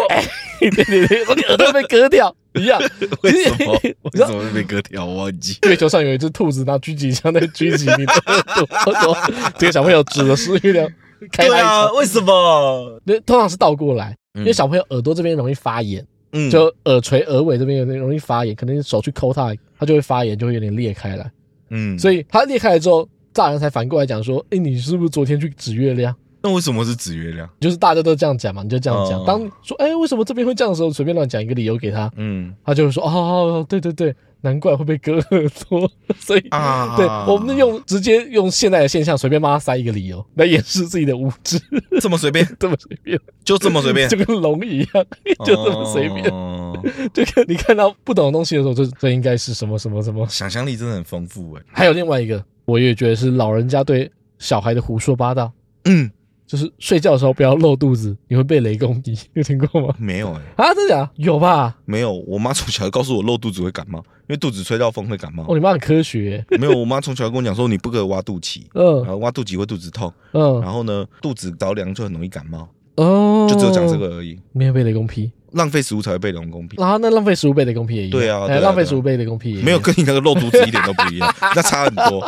S1: 对对对，你耳朵被割掉一样。
S2: 为什么？
S1: 我知
S2: 为
S1: 道
S2: 什么会被割掉？我忘记。
S1: 月球上有一只兔子拿狙击枪在狙击你的耳朵，这个小朋友指的是月亮开
S2: 对
S1: 他一
S2: 啊，
S1: 枪，
S2: 为什么？
S1: 那、通常是倒过来，
S2: 嗯
S1: 因为小朋友耳朵这边容易发炎，
S2: 嗯，
S1: 就耳垂、耳尾这边有点容易发炎，可能手去抠它，它就会发炎，就会有点裂开来。
S2: 嗯，
S1: 所
S2: 以
S1: 以它裂开来之后，大人才反过来讲说，哎，你是不是昨天去指月亮？
S2: 那为什么是紫月亮？
S1: 就是大家都这样讲嘛，你就这样讲。
S2: 嗯
S1: 当说哎、为什么这边会这样的时候，随便乱讲一个理由给他，
S2: 嗯
S1: 他就会说哦哦，对对对，难怪会被割耳朵。所以，
S2: 啊，
S1: 对我们用直接用现代的现象随便帮他塞一个理由来掩饰自己的无知，
S2: 这么随便，
S1: 这么随便，
S2: 就这么随便，
S1: 就跟龙一样，就这么随便。
S2: 哦
S1: 就跟你看到不懂的东西的时候，就这应该是什么什么什么。
S2: 想象力真的很丰富哎。
S1: 还有另外一个，我也觉得是老人家对小孩的胡说八道，
S2: 嗯，
S1: 就是睡觉的时候不要露肚子，你会被雷公击， 有听过吗？
S2: 没有哎，
S1: 啊，真的假的？有吧？
S2: 没有。我妈从小就告诉我露肚子会感冒，因为肚子吹到风会感冒
S1: 哦，。你妈很科学欸、
S2: 没有，我妈从小跟我讲说你不可以挖 肚脐，然
S1: 嗯
S2: 后挖肚脐会肚子痛，
S1: 嗯
S2: 然后呢肚子着凉就很容易感冒，
S1: 哦，
S2: 就只有讲这，个而啊已。
S1: 没有被雷公劈，
S2: 浪费食物才会被龙公劈，
S1: 然后那浪费十五倍雷公劈也一样，
S2: 对啊
S1: 哎
S2: 对啊
S1: 浪费
S2: 对啊
S1: 十五倍雷公劈也一样
S2: 没有跟你那个露肚子一点都不 一样，那差很多。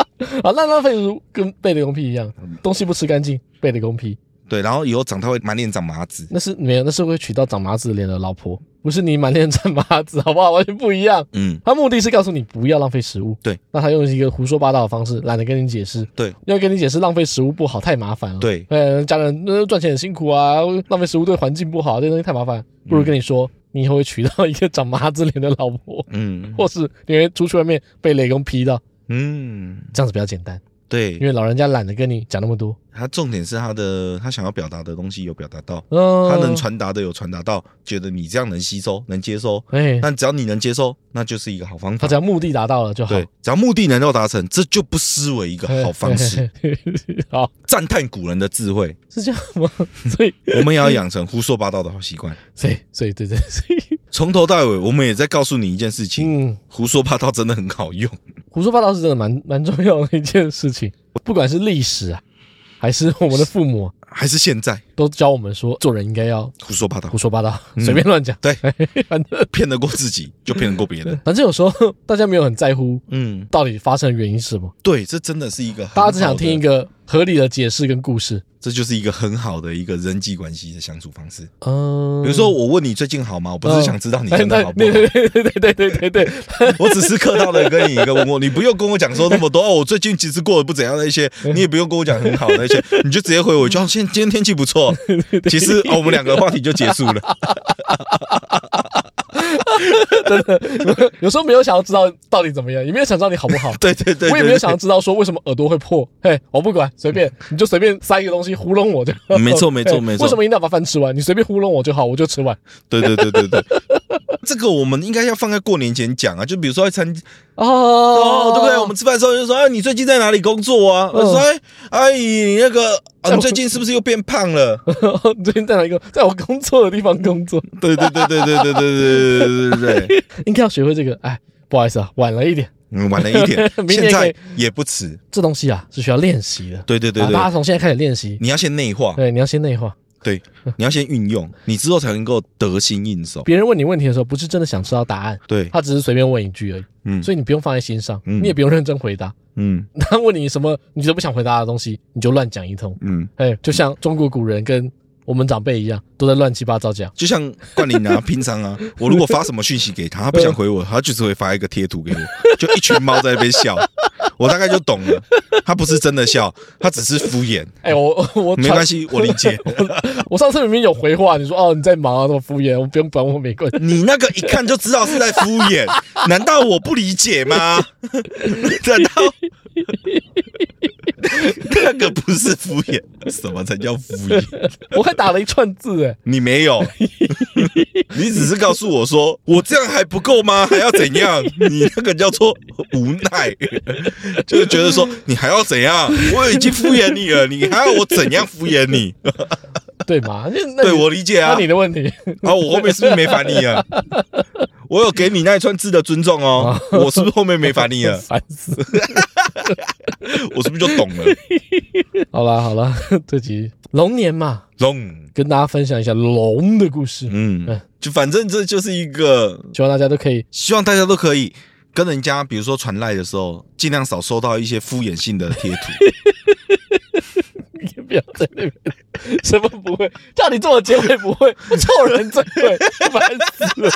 S1: 啊，那浪费十五跟被雷公劈一样，东西不吃干净被雷公劈，
S2: 对，然后以后长大会满脸长麻子。
S1: 那是没有，那是会娶到长麻子脸的老婆，不是你满脸长麻子，好不好？完全不一样。
S2: 嗯，
S1: 他目的是告诉你不要浪费食物，
S2: 对。
S1: 那他用一个胡说八道的方式，懒得跟你解释，
S2: 对，
S1: 要跟你解释浪费食物不好，太麻烦了。
S2: 对
S1: 呃，家人呃赚钱很辛苦啊，浪费食物对环境不好，这东西太麻烦，
S2: 嗯
S1: 不如跟你说，你以后会娶到一个长麻子脸的老婆，
S2: 嗯
S1: 或是你会出去外面被雷公劈到，
S2: 嗯，
S1: 这样子比较简单，因
S2: 对，
S1: 为老人家懒得跟你讲那么多。
S2: 他重点是他的他想要表达的东西有表达到，
S1: 嗯，
S2: 他能，传达的有传达到，觉得你这样能吸收能接收，
S1: 哎，
S2: 但只要你能接收，那就是一个好方
S1: 他
S2: 法
S1: 只。要目的达到了就好。
S2: 对，只要目的能够达成，这就不失为一个好方式。
S1: 嘿。嘿嘿嘿 好，
S2: 赞叹古人的智慧，
S1: 是这样 吗？所以，
S2: 我们也要养成胡说八道的好习惯。
S1: 所以，所以，对对，所以，
S2: 从头到尾，我们也在告诉你一件事情：
S1: 嗯。
S2: 胡说八道真的很好用。
S1: 胡说八道是真的蛮蛮重要的一件事情，不管是历史啊，还是我们的父母啊、
S2: 还是现在
S1: 都教我们说，做人应该要
S2: 胡说 八道
S1: 胡，说八道，随便乱讲。
S2: 嗯对
S1: 反正
S2: 骗得过自己就骗得过别人。
S1: 反正有时候 大家没有很在乎
S2: 嗯，
S1: 到底发生的原因是什么，
S2: 对，这真的是一个很
S1: 大家只想听一
S2: 好
S1: 个合理的解释跟故事。
S2: 的，这就是一个很好的一个人际关系的相处方式。
S1: 嗯，
S2: 比如 说，我问你最近好吗？我不是想知道你
S1: 哎，
S2: 真的好不
S1: 对
S2: 好，
S1: 对对对对对对对，
S2: 我只是客套的跟你一个问候，你不用跟我讲说那么多哦。我最近其实过得不怎样那些，你也不用跟我讲很好那些，你就直接回我一句，哦现今天天气不错。其实哦我们两个话题就结束了。。
S1: 有时候没有想要知道到底怎么样，也没有想知道你好不好
S2: 对对对，
S1: 我也没
S2: 对
S1: 有想要知道说为什么耳朵会破，嘿，我不管，随便，你就随便塞一个东西糊弄我就好。
S2: 嗯没错没错
S1: 嘿
S2: 没错
S1: 为什么一定要把饭吃完？你随便糊弄我就好，我就吃完。
S2: 对对对对对，这个我们应该要放在过年前讲啊。就比如说在参
S1: 哦
S2: 哦，对不对？我们吃饭的时候就说，哎，你最近在哪里工作啊？我说，哎，阿姨，你那个，啊你最近是不是又变胖了？
S1: 们哦 最近在哪一个，在我工作的地方工作，
S2: 对对对对对对对对对对对对，
S1: 应该要学会这个。哎，不好意思啊，晚了一点。
S2: 嗯，晚了一点
S1: 明，年可以
S2: 现在也不迟。
S1: 这东西啊是需要练习的。
S2: 对对对
S1: 啊大家
S2: 对，
S1: 从现在开始练习。
S2: 你要先内化，
S1: 对，你要先内化。
S2: 对，你要先运用，你之后才能够得心应手。
S1: 别人问你问题的时候，不是真的想知道答案，
S2: 对，
S1: 他只是随便问一句而已，
S2: 嗯
S1: 所以你不用放在心上，
S2: 嗯
S1: 你也不用认真回答。
S2: 嗯
S1: 他问你什么你都不想回答的东西，你就乱讲一通。
S2: 嗯，
S1: 哎，就像中国古人跟我们长辈一样，都在乱七八糟讲。
S2: 就像冠霖啊，平常啊，我如果发什么讯息给他，他不想回我，他就只会发一个贴图给我，就一群猫在那边笑，我大概就懂了，他不是真的笑，他只是敷衍。
S1: 哎，我我
S2: 没关系，我理解。
S1: 传， 我上次明明有回话，你说哦你在忙啊，这么敷衍，我不用管我，没关系。
S2: 你那个一看就知道是在敷衍，难道我不理解吗？难道 那个不是敷衍？什么才叫敷衍？
S1: 我还打了一串字，哎，
S2: 你没 有，你只是告诉我说我这样还不够吗？还要怎样？你那个叫做无奈，就是觉得说你还要怎样？我已经敷衍你了，你还要我怎样敷衍你？
S1: 对嘛？ 那那
S2: 对
S1: 你
S2: 我理解啊，
S1: 那你的问题，？
S2: 啊，我后面是不是没烦你啊？我有给你那一串字的尊重哦，我是不是后面没烦 你啊了
S1: 烦死。
S2: 我是不是就懂了？
S1: 好啦好啦， 这集龙年嘛，
S2: 懂，
S1: 跟大家分享一下龙的故事，
S2: 嗯，就反正这就是一个，
S1: 希望大家都可以
S2: 希望大家都可以跟人家，比如说传赖的时候，尽量少收到一些敷衍性的贴图。
S1: 也不要在那边 什么不会，叫你做的结尾不会，臭人最会，烦死了！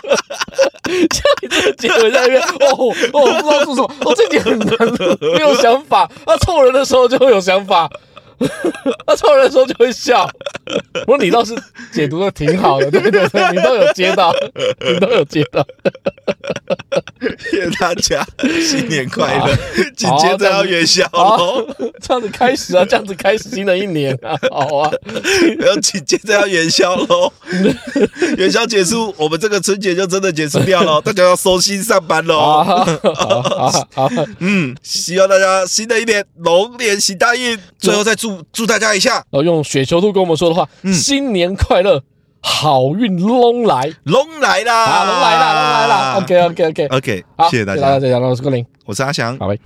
S1: 叫你做的结尾在那边，哦，哦，我不知道做什么，我、哦、这点很难录，没有想法，法，他凑人的时候就会有想法， 他凑人的时候就会笑。我说你倒是解读的挺好的，对对对，你都有接到，你都有接到。
S2: 谢谢大家，新年快乐！紧接着要元宵
S1: 好
S2: 喽，，
S1: 这样子开始啊，这样子开始新的一年啊，好啊，
S2: 然后紧接着要元宵喽。元宵结束，我们这个春节就真的结束掉了，大家要收心上班
S1: 好啊，
S2: 喽。
S1: 好啊，好啊，
S2: 嗯，希望大家新的一年龙年行大运。最后再祝祝大家一下，
S1: 然后用雪球兔跟我们说的话：“新年快乐，好运隆来
S2: 龙来啦！
S1: 啊，隆来啦，隆来啦。”OK OK OK，
S2: OK，
S1: 好，
S2: 谢谢大
S1: 大家，
S2: 家，
S1: 再见，我是郭林。
S2: 我是阿翔，
S1: 好拜拜